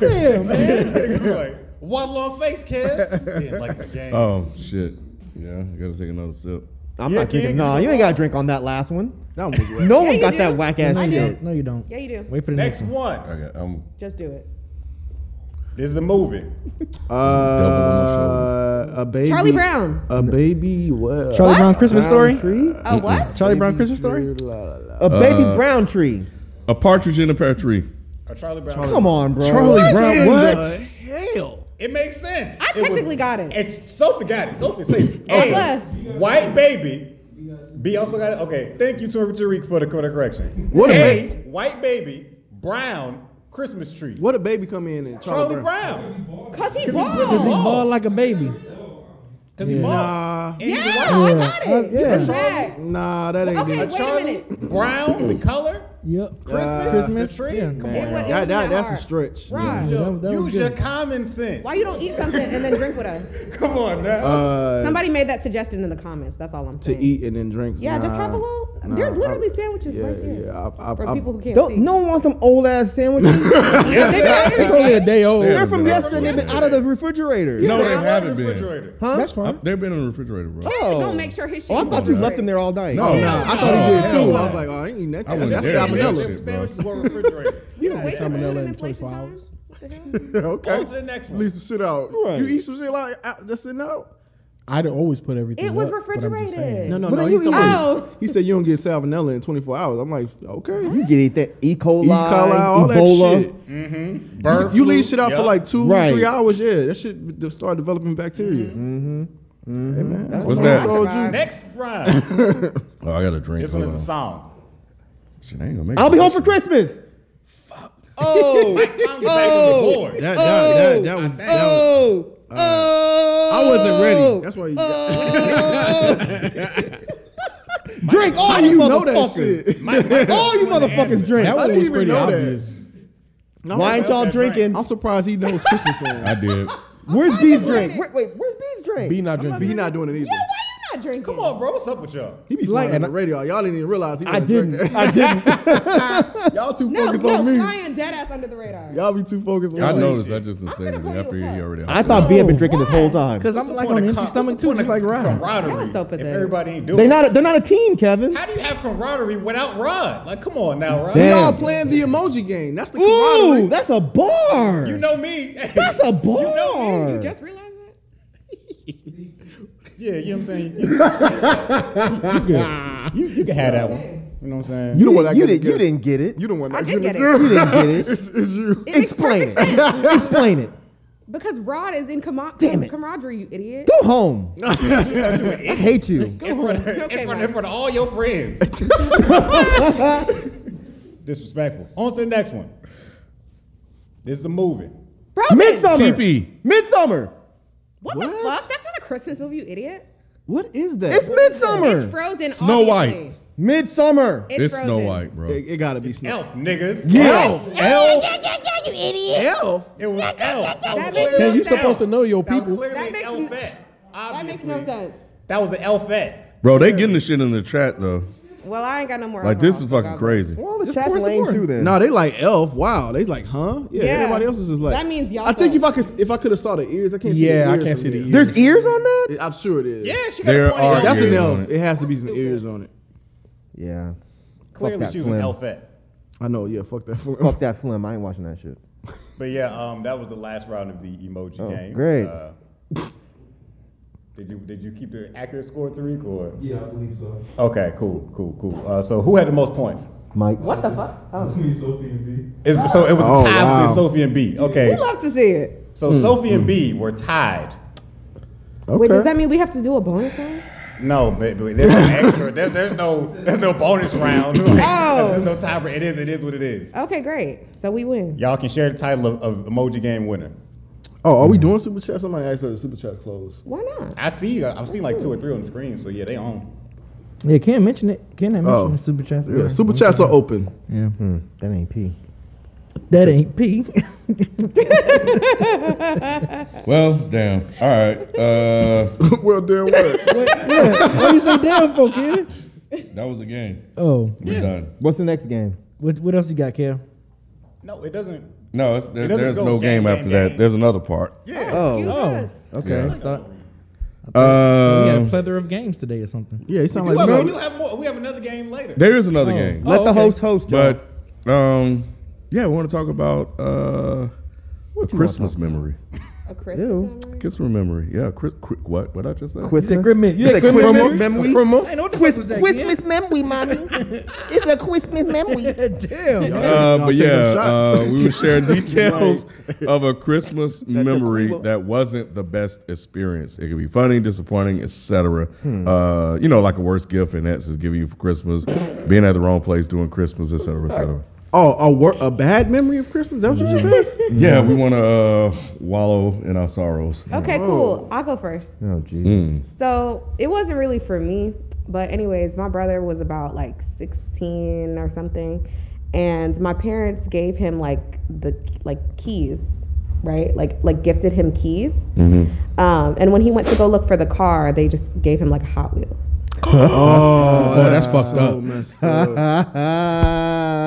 S6: Damn, man.
S8: like, one long face, kid. Didn't like the game.
S4: Oh shit. Yeah, you gotta take another sip.
S5: I'm
S8: Yeah,
S5: not drinking.
S8: kid,
S5: No,
S8: you
S5: you ain't got to drink on that last one.
S7: That one was whack.
S5: No one
S1: you
S5: got
S1: do.
S5: that whack ass
S1: I
S5: shit.
S1: do.
S6: No, you don't.
S1: Yeah, you do.
S6: Wait for the next,
S8: Next one.
S4: Okay, I'm
S1: Just do it.
S8: This is a movie.
S7: Uh, a baby.
S1: Charlie Brown.
S7: A baby. What?
S6: Charlie
S1: What?
S6: Brown Christmas story.
S7: Brown tree?
S1: A what?
S6: Charlie Brown Christmas story.
S7: La, la, la.
S5: A baby brown tree.
S4: a partridge in a pear tree.
S8: A Charlie Brown.
S5: Come on, bro.
S4: Brown. What?
S8: It makes sense.
S1: I technically got it.
S8: And Sophie got it. Sophie said,
S1: I
S8: A, white baby. B also got it. Okay. Thank you, Tori Tariq, for the, for the correction.
S7: What a
S8: a white baby, brown Christmas tree.
S7: What a baby come in and Charlie,
S8: Charlie Brown.
S1: Cause he
S8: Cause he
S1: bald.
S6: Ball
S8: bald.
S6: like a baby.
S8: Cause he bald.
S7: Nah.
S8: And
S1: Yeah,
S8: he's
S1: I
S8: white.
S1: got it.
S6: Yeah.
S1: That's right.
S7: Nah, that ain't
S1: Okay,
S7: good.
S8: A
S1: wait a
S8: Charlie Brown, the color.
S6: Yep.
S8: Christmas,
S6: Christmas,
S8: the tree.
S6: yeah.
S8: Come
S1: It
S8: on.
S1: wa- it
S7: That,
S1: wasn't
S7: that, that's a
S1: hard.
S7: stretch.
S1: Right.
S8: Yo,
S6: that- that was
S8: use your
S6: good.
S8: common sense.
S1: Why you don't eat something and then drink with us?
S8: Come on now.
S7: Uh,
S1: Somebody made that suggestion in the comments. That's all I'm
S7: To
S1: saying.
S7: eat and then drinks.
S1: Yeah, just have a
S7: Nah.
S1: little.
S7: Nah,
S1: there's literally
S7: I-
S1: sandwiches
S7: yeah,
S1: right there
S7: Yeah, I, I,
S1: for
S7: I,
S1: people who can't see.
S5: Don't, no one wants them old ass sandwiches.
S8: Yes, they have.
S3: It's only a day old.
S5: They're from
S4: Yeah.
S5: yesterday. They've been out of the refrigerator.
S4: No,
S8: They're
S4: they
S8: out of
S4: haven't
S8: the
S4: been.
S8: refrigerator.
S5: Huh?
S3: That's
S4: Uh,
S3: fine.
S4: They've been in the refrigerator, bro.
S5: Oh.
S1: Don't make sure his shit.
S5: Oh, I
S1: is
S5: thought you
S1: covered.
S5: left them there all night.
S4: No,
S7: Nah, I thought he did
S4: No.
S7: too. I was like, oh, I ain't eating that.
S4: I wasn't
S7: That's
S4: there.
S7: salmonella.
S4: Shit, bro.
S8: Sandwiches were refrigerated.
S1: You don't
S3: eat salmonella in 24
S1: times.
S3: hours.
S8: On
S7: okay.
S8: to the next one.
S7: Leave some shit out.
S5: Right.
S7: You eat some shit like uh, out- that's it now.
S3: I'd always put everything.
S1: It was
S3: up, but I'm just
S1: refrigerated.
S3: saying.
S7: No, no,
S5: What
S7: no.
S5: are
S7: He,
S5: you
S7: told me,
S5: eating?
S1: Oh.
S7: he said you don't get salmonella in 24 hours. I'm like, okay.
S5: You get it that E. coli,
S7: E. coli, all
S5: Ebola.
S7: that shit.
S8: Bird
S7: You
S8: flu.
S7: leave shit out for
S8: Yup.
S7: like two,
S5: Right.
S7: three hours. Yeah, that shit d- start developing bacteria. Mm-hmm. Hey man, that's
S4: What's
S7: what I
S4: next?
S7: told you.
S8: Next round.
S4: Oh, I got a drink.
S8: this one
S4: Hold
S8: is a
S4: on.
S8: song.
S4: Shit, I ain't gonna make
S5: I'll
S4: it.
S5: be home for Christmas. Fuck. Oh.
S8: I'm back on
S7: Oh!
S8: the board.
S7: That, that, that, that was. That was
S5: oh. Oh.
S7: I wasn't ready. That's why you. Got,
S5: Drink all
S7: How do
S5: you
S7: you know that
S5: motherfuckers.
S7: shit?
S5: all you motherfuckers drink.
S3: That
S7: I
S3: one
S7: didn't
S3: was
S7: even
S3: pretty
S7: know that.
S3: obvious.
S5: Why ain't y'all drinking?
S7: I'm surprised he knows Christmas songs.
S4: I did.
S5: Where's B's drink? Wait, wait, where's B's drink?
S3: Be not
S7: But he
S3: drinking.
S7: not doing it either.
S1: Yeah, why you not drinking?
S8: Come on, Oh, bro. What's up with y'all?
S7: He be
S5: Like-
S7: flying on the radio. Y'all didn't even realize he was
S5: I didn't. I didn't.
S7: Y'all too
S1: No,
S7: focused
S1: no,
S7: on me.
S1: flying dead ass under the radar.
S7: Y'all be too focused on
S4: I
S7: me.
S4: noticed. I just didn't say
S1: gonna
S4: anything.
S1: pull
S4: I
S1: you
S4: figured he
S1: apart.
S4: already.
S5: I thought B had been drinking this whole time.
S6: Because I'm like on an empty stomach too, just like Rod.
S8: camaraderie.
S1: Y'all so pathetic.
S8: If everybody ain't doing
S5: They
S8: it.
S5: not. A, they're not a team, Kevin.
S8: How do you have camaraderie without Rod? Like, come on now, Rod.
S5: Damn.
S7: Y'all playing the emoji game. That's the
S5: Ooh,
S7: camaraderie.
S5: that's a bar.
S8: You know me. Hey,
S5: that's a bar.
S8: You know me.
S1: You just realized that?
S8: Yeah, you know what I'm saying? you, good. You, you can have that one. You know what I'm saying?
S7: You the
S5: You
S7: one that
S5: didn't-
S7: couldn't
S5: you didn't get it.
S7: You the one
S1: I
S7: that
S1: did get
S7: couldn't
S1: it.
S5: You didn't get it.
S7: It's, it's you.
S1: It makes
S5: Explain it.
S1: perfect sense.
S5: Explain it.
S1: Because Rod is in camar-
S5: Damn it.
S1: camaraderie, you idiot.
S5: Go home. I hate you.
S1: Go home.
S8: in,
S1: Okay,
S8: front,
S1: Rod.
S8: in front of all your friends. Disrespectful. On to the next one. This is a movie.
S1: Frozen.
S5: Midsummer.
S4: TP.
S5: Midsummer.
S1: What, the
S7: What?
S1: fuck? That's not a Christmas movie, you idiot.
S7: What is that?
S5: It's
S1: It's
S5: midsummer.
S1: Frozen.
S4: Snow
S1: obviously.
S4: White.
S5: Midsummer.
S1: It's,
S4: It's
S1: Frozen.
S4: Snow White, bro.
S7: it, it gotta be Snow.
S8: Elf, niggas.
S5: Yeah.
S4: Elf.
S7: Elf.
S8: It was Elf. That was
S1: That makes
S8: clearly
S1: no
S8: an
S1: sense.
S8: elf.
S1: supposed
S3: to know your
S8: That was
S3: people.
S8: clearly
S1: That
S8: an
S1: makes
S8: elf
S1: no-
S8: at.
S1: That makes no
S8: Obviously.
S1: sense.
S8: That was an elf at.
S4: Bro, they getting the shit in the chat though.
S1: Well, I ainain't got no more.
S4: Like this is
S1: alcohol, so
S4: fucking
S1: God bless.
S4: crazy.
S5: Well, the
S6: Just
S5: chat's
S6: pour some
S5: lame
S6: more.
S5: too then.
S7: No, they like Elf. Wow, they like, huh? Yeah,
S1: Yeah.
S7: Everybody else is just like.
S1: That means y'all
S7: I think if
S1: suck.
S7: I could, if I could have saw the ears, I can't. see
S3: Yeah,
S7: the
S3: I
S7: ears
S3: can't
S7: from
S3: see the
S7: here.
S3: ears.
S5: There's ears on that?
S7: I'm sure it is.
S8: Yeah, she got
S4: There
S8: a point.
S4: are
S7: that's
S8: That's
S7: an
S4: ears
S7: elf.
S4: on it.
S7: It. has to be some ears on it.
S5: Yeah.
S8: Clearly,
S5: that
S8: she was an
S5: flim.
S8: elf at.
S7: I know. Yeah, fuck that. For
S5: Fuck that film. I ain't watching that shit.
S8: But yeah, um, that was the last round of the emoji
S5: Oh,
S8: game.
S5: great.
S8: Uh, did you did you keep the accurate score, Tariq? Or yeah, I believe so. Okay, cool, cool, cool. Uh, so who had the most points?
S5: Mike.
S1: What the fuck? Oh.
S8: It's- so it was
S7: Oh,
S8: a tie
S7: wow.
S8: between Sophie and B.
S1: We
S8: Okay,
S1: love to see it.
S8: so Sophie and B were tied.
S1: Wait, does that mean we have to do a bonus one?
S8: No, but, but there's no extra. There's, there's no there's no bonus round. Like,
S1: Oh.
S8: There's no tie. It is it is what it is.
S1: Okay, great. So we win.
S8: Y'all can share the title of, of emoji game winner.
S7: Oh, are we doing super chat? Somebody asked us super chat closed.
S1: Why not?
S8: I see. uh, I've seen like two or three on the screen. So yeah, they on.
S6: Yeah, Ken mentioned it. Ken had mentioned
S7: Oh.
S6: the super chats.
S7: Yeah,
S6: earlier.
S7: super chats are open.
S6: Yeah.
S5: That ain't P.
S6: That ain't P.
S4: Well, damn. All right. Uh,
S7: well, damn what?
S6: Why you say damn for, Ken?
S4: that was the game.
S6: Oh,
S4: We're done.
S5: What's the next game?
S6: what, what else you got, Kel?
S8: No, it doesn't.
S4: No, it's, there,
S8: doesn't
S4: there's
S8: go
S4: no
S8: gang,
S4: game
S8: gang,
S4: after that.
S8: gang.
S4: There's another part.
S8: Yeah.
S1: Excuse
S5: Oh.
S1: us.
S5: Okay.
S6: I thought we had a
S4: Uh,
S6: plethora of games today or something.
S7: Yeah, he sound
S8: You
S7: like
S8: have,
S7: no,
S8: you have more. We have another game later.
S4: there is another game,
S5: Let
S6: Oh,
S5: the
S6: okay.
S5: host host, John.
S4: but um, yeah, we want to talk about uh, a Christmas memory.
S1: A Christmas
S5: Ew.
S1: memory?
S4: Christmas memory. Yeah. Chris, Chris, what? What I just said?
S6: You said
S5: Christmas.
S6: grim memory. You
S5: You
S6: said
S5: said
S6: grim
S5: Christmas
S6: memory.
S5: memory?
S6: I know what the fuck was that, Ken.
S5: memory, mommy. it's a Christmas memory.
S6: Damn.
S4: Uh,
S7: Y'all
S4: but
S7: taking
S4: yeah,
S7: them shots.
S4: uh, we will share details of a Christmas memory that wasn't the best experience. It could be funny, disappointing, etc. Uh, you know, like a worst gift and that's is giving you for Christmas, being at the wrong place doing Christmas, etc. etc.
S7: Oh, a, wor- a bad memory of Christmas? Is that what you just said?
S4: Yeah, we want to uh, wallow in our sorrows.
S1: Okay, cool. I'll go first.
S5: Oh, geez.
S1: So it wasn't really for me, but anyways, my brother was about like 16 or something, and my parents gave him like the like keys, right? Like like gifted him keys. Um, and when he went to go look for the car, they just gave him like Hot Wheels.
S3: Oh, that's fucked up.
S7: messed up.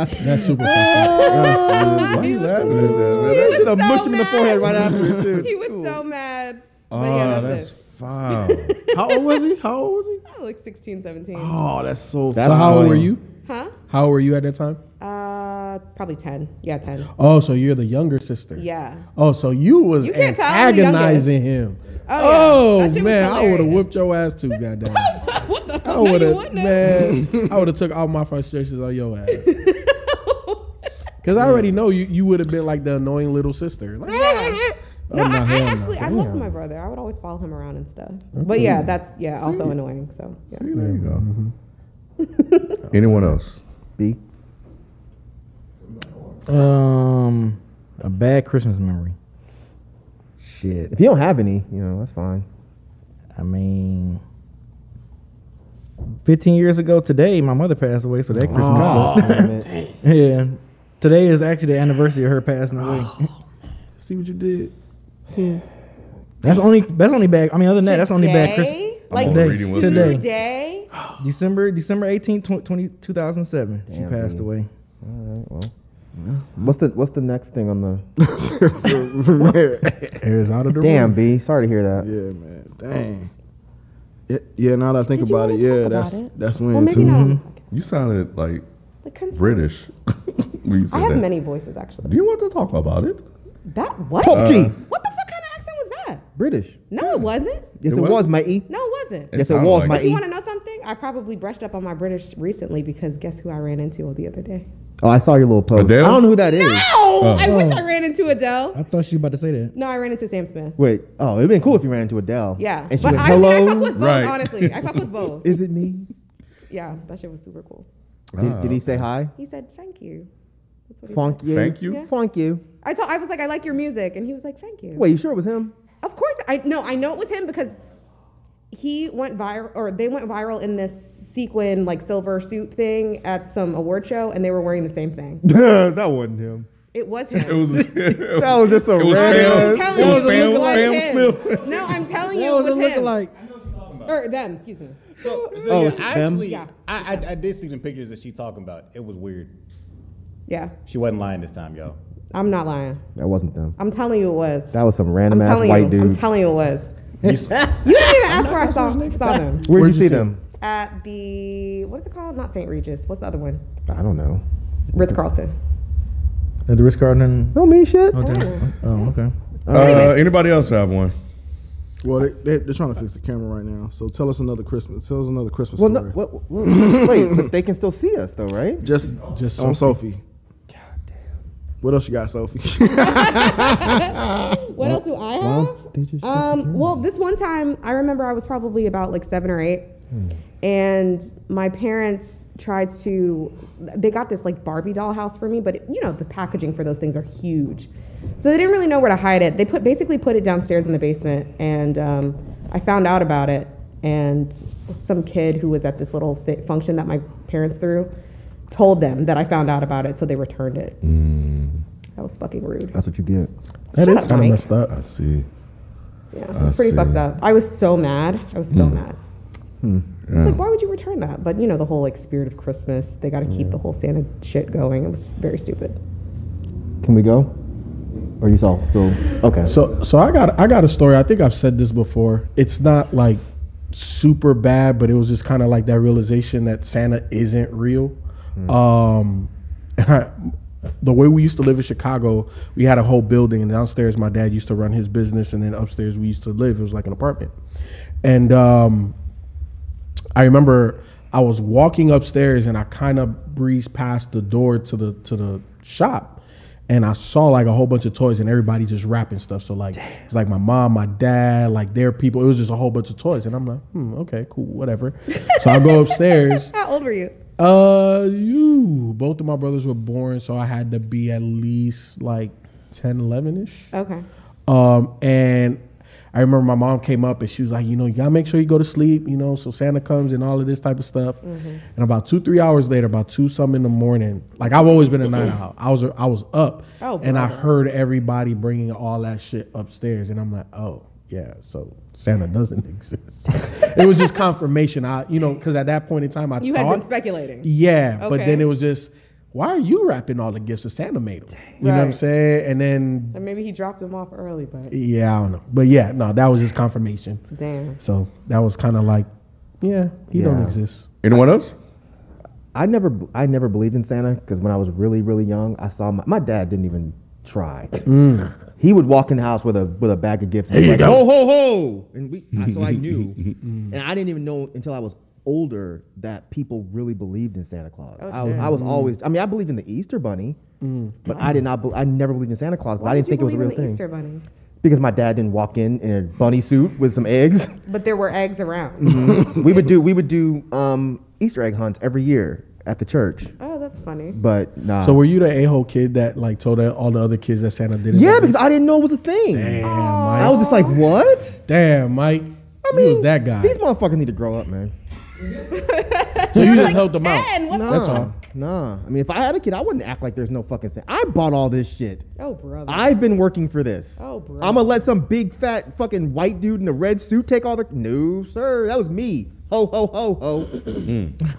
S3: That's super fucked up.
S4: Why you laughing at
S1: He
S4: that?
S1: Oh, was
S5: Should have
S1: so
S5: mushed him in the
S1: mad. Ah,
S5: forehead right after it, too.
S1: He was so mad. But yeah,
S4: Oh, that's
S1: that's it.
S4: foul.
S7: How old was he? How old was he?
S1: I was, like 16, 17.
S7: Oh, that's so
S5: That's
S3: So how old
S5: funny.
S3: were you?
S1: Huh?
S3: How old were you at that time?
S1: Uh, probably 10. Yeah, 10.
S3: Oh, so you're the younger sister.
S1: Yeah.
S3: Oh, so you was
S1: You can't tell I'm the
S3: antagonizing him.
S1: Oh, yeah.
S3: Oh,
S1: That shit was
S3: man, I would have
S1: hilarious.
S3: whipped your ass too, goddamn.
S1: what the
S3: I
S1: No, you
S3: would have,
S1: wouldn't have.
S3: man. I would have took all my frustrations on your ass. Cause I already know you. You would have been like the annoying little sister. Like,
S1: No,
S3: Oh, no,
S1: I, I
S3: hell no.
S1: actually I loved my brother. I would always follow him around and stuff. But yeah, that's yeah, also annoying. So yeah.
S4: See, there you go. Mm-hmm. Anyone else?
S5: B.
S6: Um, a bad Christmas memory. Shit.
S5: If you don't have any, you know, that's fine.
S6: I mean,
S9: 15 years ago today, my mother passed away. So that Christmas,
S5: Oh,
S9: yeah. Today is actually the anniversary of her passing away.
S7: See what you did? Yeah.
S9: That's only that's only bad. I mean, other than that, that's only bad. Christmas.
S1: Today? Like
S4: I'm reading
S9: today,
S4: what's
S9: today,
S1: Today?
S9: December December 18th, 20, 2007, she passed away.
S5: What's the What's the next thing on the?
S9: Arizona, the
S5: Damn, B. Sorry to hear that.
S7: Yeah, man. Dang. Yeah, yeah, now that I think
S1: Did you
S7: about
S1: wanna
S7: it,
S1: talk
S7: yeah,
S1: about
S7: that's
S1: it?
S7: that's when
S1: Well, maybe
S7: too.
S1: not.
S4: You sounded like
S1: Like, cons-
S4: British. when you
S1: I
S4: said
S1: have
S4: that.
S1: many voices, actually.
S4: Do you want to talk about it?
S1: That what?
S5: Pokey.
S1: what the fuck kind of accent was that?
S5: British.
S1: No, it wasn't.
S5: Yes,
S4: It
S5: it
S4: was?
S5: was, matey.
S1: No, it wasn't.
S5: Yes, it
S4: sounded
S5: was,
S4: like
S5: my
S1: But you
S5: E.
S1: want to know something? I probably brushed up on my British recently because guess who I ran into the other day?
S5: Oh, I saw your little post.
S4: Adele?
S5: I don't know who that is.
S1: Oh, I wish I ran into Adele.
S9: I thought you were about to say that.
S1: No, I ran into Sam Smith.
S5: Wait. Oh, it'd been cool if you ran into Adele.
S1: Yeah,
S5: And she
S1: but
S5: went,
S1: I, I fuck
S5: "Hello,
S1: with both.
S4: Right.
S1: Honestly, I fuck with both.
S5: is it me?"
S1: Yeah, that shit was super cool.
S5: Did, did he say hi?
S1: He said thank you. That's what he
S5: Funk
S1: said.
S5: you.
S4: Thank you? Yeah.
S5: Funk you.
S1: I told I was like I like your music, and he was like thank you.
S5: Wait, you sure it was him?
S1: Of course, I no, I know it was him because he went viral, or they went viral in this sequin like silver suit thing at some award show, and they were wearing the same thing.
S5: that wasn't him.
S1: It was him.
S4: It was.
S5: That was just a
S4: It was
S5: random.
S4: Fam-
S1: telling
S4: it
S1: you,
S4: was
S1: it
S4: Fam-
S1: was
S4: Fam
S1: him.
S4: Smith.
S1: No, I'm telling you,
S6: That
S1: it
S6: was a
S1: was him.
S6: lookalike.
S1: Or them, excuse me.
S8: So, so yeah,
S5: it's
S8: I
S5: him?
S8: actually,
S1: Yeah.
S8: I, I, I did see them pictures that she talking about. It was weird.
S1: Yeah,
S8: She wasn't lying this time, y'all.
S1: I'm not lying.
S5: That wasn't them.
S1: I'm telling you, it was.
S5: That was some
S1: I'm
S5: random ass
S1: telling
S5: white
S1: you. I'm
S5: dude.
S1: telling you, it was.
S8: You s-
S1: You didn't even ask where I saw, saw them.
S5: Where'd you see them?
S1: At the what is it called? Not St. Regis. What's the other one?
S5: I don't know.
S1: Ritz Carlton.
S9: At the Ritz Carlton
S5: Don't mean shit.
S9: Hotel. Oh, okay.
S4: Uh, anybody else have one?
S7: Well, they, they, they're trying to fix the camera right now. So tell us another Christmas. Tell us another Christmas
S5: Well, no,
S7: story.
S5: what, what- wait, but they can still see us though, right?
S7: Just, just on Sophie. God damn. What else you got, Sophie?
S1: What else do I have?
S5: they just
S1: um, well, this one time, I remember I was probably about like seven or eight,
S3: Hmm.
S1: and my parents tried to. They got this like Barbie doll house for me, but you know the packaging for those things are huge, so they didn't really know where to hide it. They put basically put it downstairs in the basement, and um, I found out about it, and some kid who was at this little thi- function that my parents threw told them that I found out about it, so they returned it.
S5: Mm.
S1: That was fucking rude.
S5: That's what you get.
S6: That
S1: Shut
S6: is
S1: up,
S6: kind of
S1: Mike.
S6: messed up.
S4: I see.
S1: Yeah,
S4: I
S1: it's pretty
S4: see.
S1: fucked up. I was so mad. I was so mad. It's like, why would you return that? But you know, the whole like spirit of Christmas, they got to keep the whole Santa shit going. It was very stupid.
S5: Can we go? Or you saw still okay?
S3: So so I got I got a story. I think I've said this before. It's not like super bad, but it was just kind of like that realization that Santa isn't real. Um the way we used to live in Chicago, we had a whole building and downstairs my dad used to run his business and then upstairs we used to live. It was like an apartment. And um I remember I was walking upstairs and I kind of breezed past the door to the to the shop and I saw like a whole bunch of toys and everybody just wrapping stuff. So like it was like my mom, my dad, like their people. It was just a whole bunch of toys. And I'm like, hmm, okay, cool, whatever. So I go upstairs.
S1: How old were you?
S3: Uh you both of my brothers were born, so I had to be at least like 10, 11 ish.
S1: Okay.
S3: Um, and I remember my mom came up and she was like, you know, you gotta make sure you go to sleep, you know, so Santa comes and all of this type of stuff.
S1: Mm-hmm.
S3: And about two, three hours later, about two some in the morning, like I've always been a night owl. I was I was up
S1: Oh,
S3: and I
S1: brother.
S3: heard everybody bringing all that shit upstairs, and I'm like, oh yeah, so Santa doesn't exist. it was just confirmation. I you know because at that point in time I
S1: You had
S3: thought,
S1: been speculating.
S3: yeah, but
S1: Okay.
S3: then it was just. Why are you wrapping all the gifts that Santa made them? You know what I'm
S1: Right.
S3: saying? And then
S1: Or maybe he dropped them off early, but
S3: yeah, I don't know. But yeah, no, that was just confirmation.
S1: damn.
S3: So that was kind of like, yeah, he don't
S5: Yeah.
S3: exist.
S4: Anyone else?
S5: I never I never believed in Santa because when I was really really young, I saw my, my dad didn't even try. He would walk in the house with a with a bag of gifts. Here like, Ho ho ho! And we I- so I knew, and I didn't even know until I was older that people really believed in Santa Claus. I, was- I was always I mean I believed in the Easter Bunny, but I did not be, I never believed in Santa Claus because I didn't
S1: Did you
S5: think it was a
S1: believe
S5: real
S1: in the
S5: thing
S1: Easter bunny.
S5: because my dad didn't walk in in a bunny suit with some eggs.
S1: But there were eggs around.
S5: we would do we would do um, Easter egg hunts every year at the church,
S1: Oh, that's funny.
S5: but nah.
S3: So were you the a hole kid that like told all the other kids that Santa didn't?
S5: Yeah,
S3: exist?
S5: because I didn't know it was a thing.
S3: damn, Mike.
S5: I was just like, what?
S3: damn, Mike. I
S5: I mean,
S3: was that guy.
S5: These motherfuckers need to grow up, man.
S3: So you just held them out.
S1: Ten, what the
S5: That's all. Nah. I mean, if I had a kid, I wouldn't act like there's no fucking sin. I bought all this shit.
S1: Oh, brother.
S5: I've been working for this.
S1: Oh, bro.
S5: I'm gonna let some big fat fucking white dude in a red suit take all the. No, sir. That was me. Ho ho ho ho.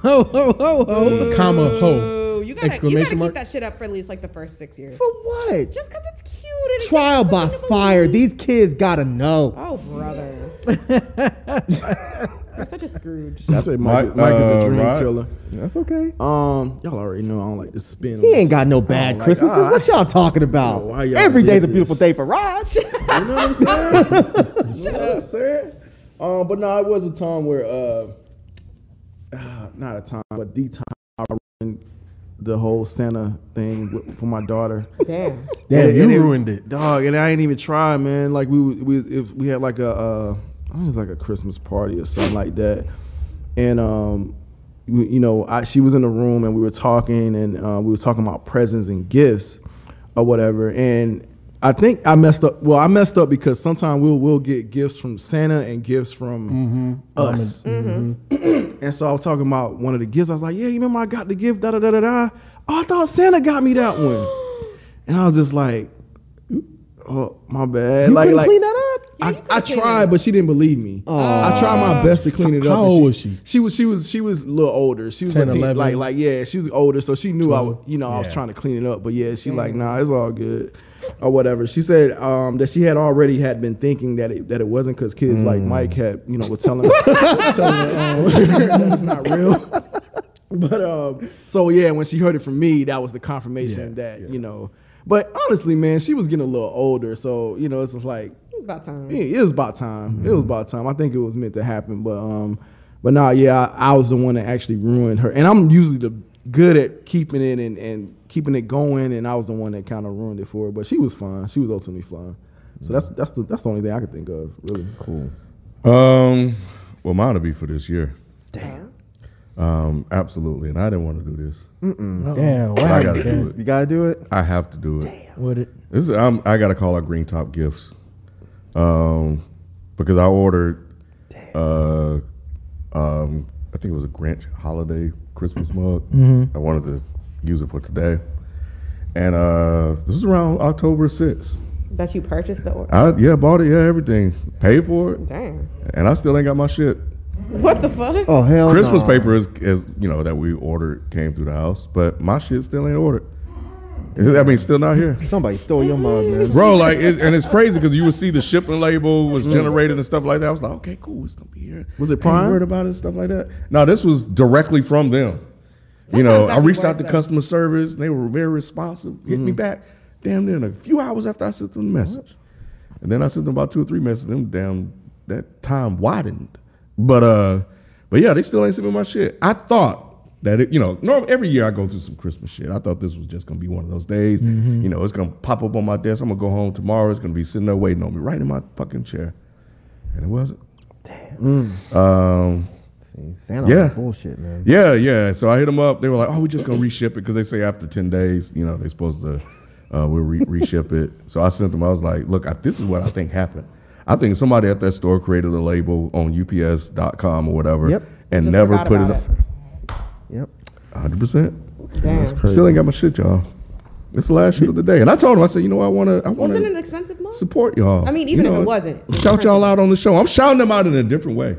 S9: Ho ho ho ho.
S3: Comma ho.
S1: Ooh, you gotta, you gotta
S3: Exclamation
S1: keep
S3: mark.
S1: that shit up for at least like the first six years.
S5: For what?
S1: Just because it's cute. And it
S5: Trial
S1: gives
S5: by
S1: something to
S5: fire.
S1: believe.
S5: These kids gotta know.
S1: Oh, brother. You're such a Scrooge.
S7: I say Mike,
S4: Mike,
S7: Mike is
S4: uh,
S7: a dream
S4: Rod?
S7: killer.
S5: That's okay.
S7: Um, y'all already know I don't like to spin. on
S5: He
S7: this.
S5: ain't got no
S7: I
S5: bad
S7: don't like-
S5: Christmases.
S7: ah,
S5: what y'all talking about?
S7: Yo, why y'all
S5: Every
S7: did
S5: day's a
S7: this?
S5: beautiful day for Raj.
S7: You know what I'm saying? you know what I'm saying? Um, but no, it was a time where, uh, ah, not a time, but the time I ruined the whole Santa thing with, for my daughter.
S1: Damn.
S3: Damn,
S7: And-
S3: you
S7: and
S3: ruined it.
S7: dog. And I ain't even try, man. Like we was- we was- if we had like a uh, I think it was like a Christmas party or something like that, and um, we, you know, I, she was in the room and we were talking and uh, we were talking about presents and gifts or whatever, and. I think I messed up. Well, I messed up because sometimes we'll we'll get gifts from Santa and gifts from
S3: Mm-hmm.
S7: us. And so I was talking about one of the gifts. I was like, yeah, you remember I got the gift, da da da da da. Oh, I thought Santa got me that one. And I was just like, oh, my bad. like,
S5: couldn't
S7: like,
S5: clean that up? Oh,
S1: Yeah, you
S7: I, I
S1: could've cleaned
S7: tried, but she didn't believe me. I tried my best to clean it
S3: How
S7: up. and
S3: old was she?
S7: She was she was she was a little older. She was
S3: 10,
S7: a teen-
S3: 11?
S7: like like yeah, she was older, so she knew I was you know I was trying to clean it up. But yeah, she like nah, it's all good or whatever. She said um, that she had already had been thinking that it that it wasn't because kids like
S3: Mm.
S7: Mike had you know were telling telling her um, that it's not real. But um, so yeah, when she heard it from me, that was the confirmation that you know. But honestly, man, she was getting a little older, so you know it's just like
S1: It's about time.
S7: yeah, it was about time. It was
S5: Mm-hmm.
S7: about time. I think it was meant to happen, but um, but nah, yeah, I, I was the one that actually ruined her, and I'm usually the good at keeping it and, and keeping it going, and I was the one that kind of ruined it for her. But she was fine. She was ultimately fine. So that's
S5: Mm-hmm.
S7: that's the that's the only thing I could think of, really. Cool.
S4: Um, well, mine will be for this year. Damn. Um, absolutely, and I didn't want to do this.
S9: Damn.
S4: But I
S9: Wow.
S4: got to do it.
S5: you gotta do it.
S4: I have to do it.
S9: Would it?
S4: This is, I'm, I got to call out Green Top Gifts, um, because I ordered, uh, um, I think it was a Grinch holiday Christmas mug. I wanted to use it for today, and uh, this was around October 6th.
S1: That you purchased the order.
S4: I yeah bought it, yeah everything, paid for it,
S1: Damn.
S4: and I still ain't got my shit.
S1: What the fuck?
S5: Oh hell,
S4: Christmas
S5: nah.
S4: paper is, is you know that we ordered came through the house, but my shit still ain't ordered. I mean, still not here.
S5: Somebody stole your mug, man.
S4: bro. Like, it, and it's crazy because you would see the shipping label was generated and stuff like that. I was like, okay, cool, it's gonna be here.
S7: Was it
S4: Ain't
S7: Prime?
S4: Worried about it, and stuff like that. No, this was directly from them. you know,
S1: Sometimes
S4: I
S1: that'd be
S4: reached out
S1: worse,
S4: to
S1: though.
S4: customer service. They were very responsive. Hit
S7: Mm.
S4: me back. Damn, near in a few hours after I sent them the message, and then I sent them about two or three messages. Them damn that time widened, but uh, but yeah, they still ain't sent me my shit. I thought. That it, you know, norm, every year I go through some Christmas shit. I thought this was just gonna be one of those days.
S7: Mm-hmm.
S4: You know, it's gonna pop up on my desk. I'm gonna go home tomorrow. It's gonna be sitting there waiting on me, right in my fucking chair, and it wasn't. Damn. Um,
S5: See, Santa
S4: Yeah.
S5: was bullshit, man.
S4: yeah, yeah. So I hit them up. They were like, "Oh, we're just gonna reship it because they say after ten days, you know, they're supposed to uh, we'll re- reship it." So I sent them. I was like, "Look, I, this is what I think happened. I think somebody at that store created a label on UPS.com or whatever,
S5: Yep.
S4: and
S1: Just
S4: never
S1: forgot
S4: put it
S1: about
S4: up.
S5: Yep.
S4: Hundred percent.
S1: Damn.
S4: Still ain't got my shit, y'all. It's the last shoot of the day, and I told him, I said, you know, what? I wanna, I wanna
S1: Wasn't it an expensive mug?
S4: support y'all.
S1: I mean,
S4: You
S1: even if
S4: know,
S1: it wasn't, it's
S4: shout y'all out on the show. I'm shouting them out in a different way.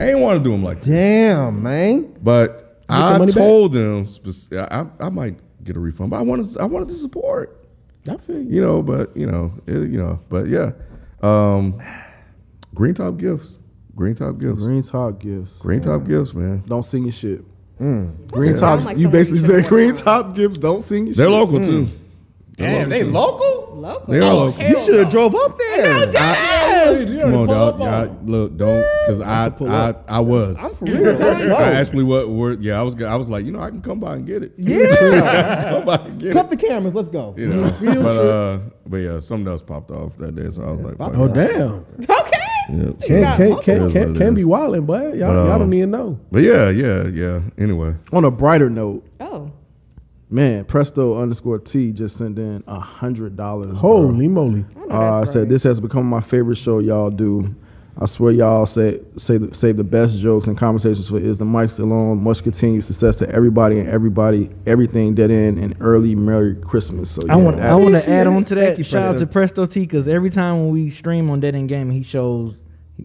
S4: I ain't want to do them like that.
S5: Damn, man.
S4: But I
S3: money back.
S4: told them, spec- I, I might get a refund, but I wanted, I wanted the support,
S3: I feel you.
S4: you know. But you know, it, you know, but yeah, um, green top gifts, green top gifts, green,
S7: Green top gifts.
S4: top gifts, man.
S7: Don't sing your shit.
S5: Mm.
S7: Green top.
S1: Sound like
S7: you
S1: somebody
S7: basically
S1: you should've
S7: said green
S1: worn.
S7: top gifts. Don't sing your
S4: They're
S7: shit.
S4: local too.
S8: Damn, they local?
S1: Local.
S4: Hmm. They are local.
S8: hell
S5: You should
S8: no.
S5: have drove up there.
S4: I- come on,
S8: pull
S4: dog.
S8: up on
S4: Y'all, look, don't, because I, I, I was. I'm for real. I actually what, were, yeah, I was, I was like, you know, I can come by and get it.
S5: yeah.
S4: come by and get
S5: Cut
S4: it.
S5: the cameras. Let's go.
S4: You know, but uh, but yeah, something else popped off that day, so I was like, fuck
S3: Oh
S4: it.
S3: damn.
S1: Okay.
S4: Yeah.
S3: Can can
S4: It
S3: can
S4: is
S3: can,
S4: what it
S3: can be
S4: is.
S3: wilding, but y'all,
S4: But,
S3: y'all
S4: um,
S3: don't even know.
S4: But yeah, yeah, yeah. Anyway,
S7: On a brighter note,
S1: Oh.
S7: man, Presto underscore T just sent in a hundred dollars.
S3: Holy moly!
S1: I know
S7: Uh, I
S1: that's
S7: said
S1: right.
S7: this has become my favorite show y'all do. I swear y'all say, say the, save the best jokes and conversations for Is the Mic Still On? Much continued success to everybody and everybody, everything that in, and early Merry Christmas. So,
S9: I
S7: yeah,
S9: want I
S7: that's-
S9: want to add on to
S5: Thank
S9: that.
S5: you,
S9: Shout out
S5: Presto.
S9: to Presto T because every time when we stream on Dead End Gaming, he shows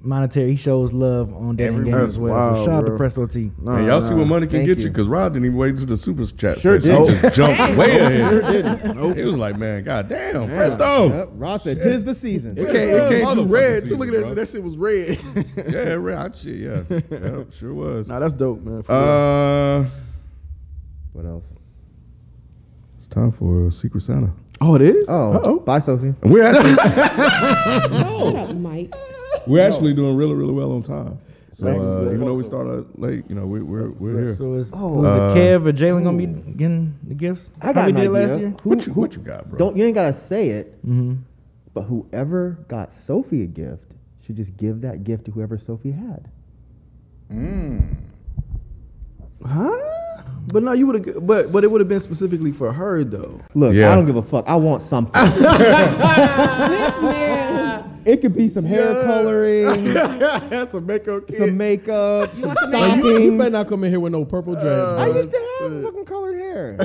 S9: monetary, he shows love on Dead End
S8: Every-
S9: Gaming
S7: that's
S9: as well. so
S7: wild,
S9: shout out to
S7: bro.
S9: Presto T.
S7: Nah,
S4: And y'all see
S7: nah.
S4: what money can
S5: Thank
S4: get you
S5: you.
S4: because Rod didn't even wait until the super chat sure section. He just jumped way ahead. He was like, "Man, goddamn, Presto,
S5: Yep, Ross said, "Tis the season."
S4: It
S7: Can't- it can't do
S4: Motherfucking
S7: red too.
S4: season,
S7: Look at
S4: bro.
S7: that. That shit was red.
S4: yeah, right, shit, yeah, Yep, sure was."
S7: nah, that's dope, man. for real.
S4: Uh,
S5: What else?
S4: it's time for Secret Santa,
S7: oh, it is.
S5: Oh, bye, Sophie.
S4: and we're actually
S1: Shut up, Mike.
S4: we're actually doing really really well on time. So
S7: Thanks.
S4: uh, even though we started late, you know, we, we're we're here.
S9: So Oh, is, who's it, Kev or Jalen gonna be getting the gifts?
S5: I
S9: How
S5: got
S9: we
S5: an
S9: did
S5: idea.
S9: last year.
S5: Who,
S4: What you
S5: who-
S4: what you got, bro?
S5: Don't you ain't gotta say it. But whoever got Sophie a gift should just give that gift to whoever Sophie had.
S7: Huh? But no, you would have. But but it would have been specifically for her though.
S5: Look,
S4: Yeah.
S5: I don't give a fuck. I want something. it could be some hair coloring,
S7: That's a makeup kid.
S5: some makeup, some stockings.
S3: You, you better not come in here with no purple dreads.
S5: I
S3: bro.
S5: used to have fucking colored hair.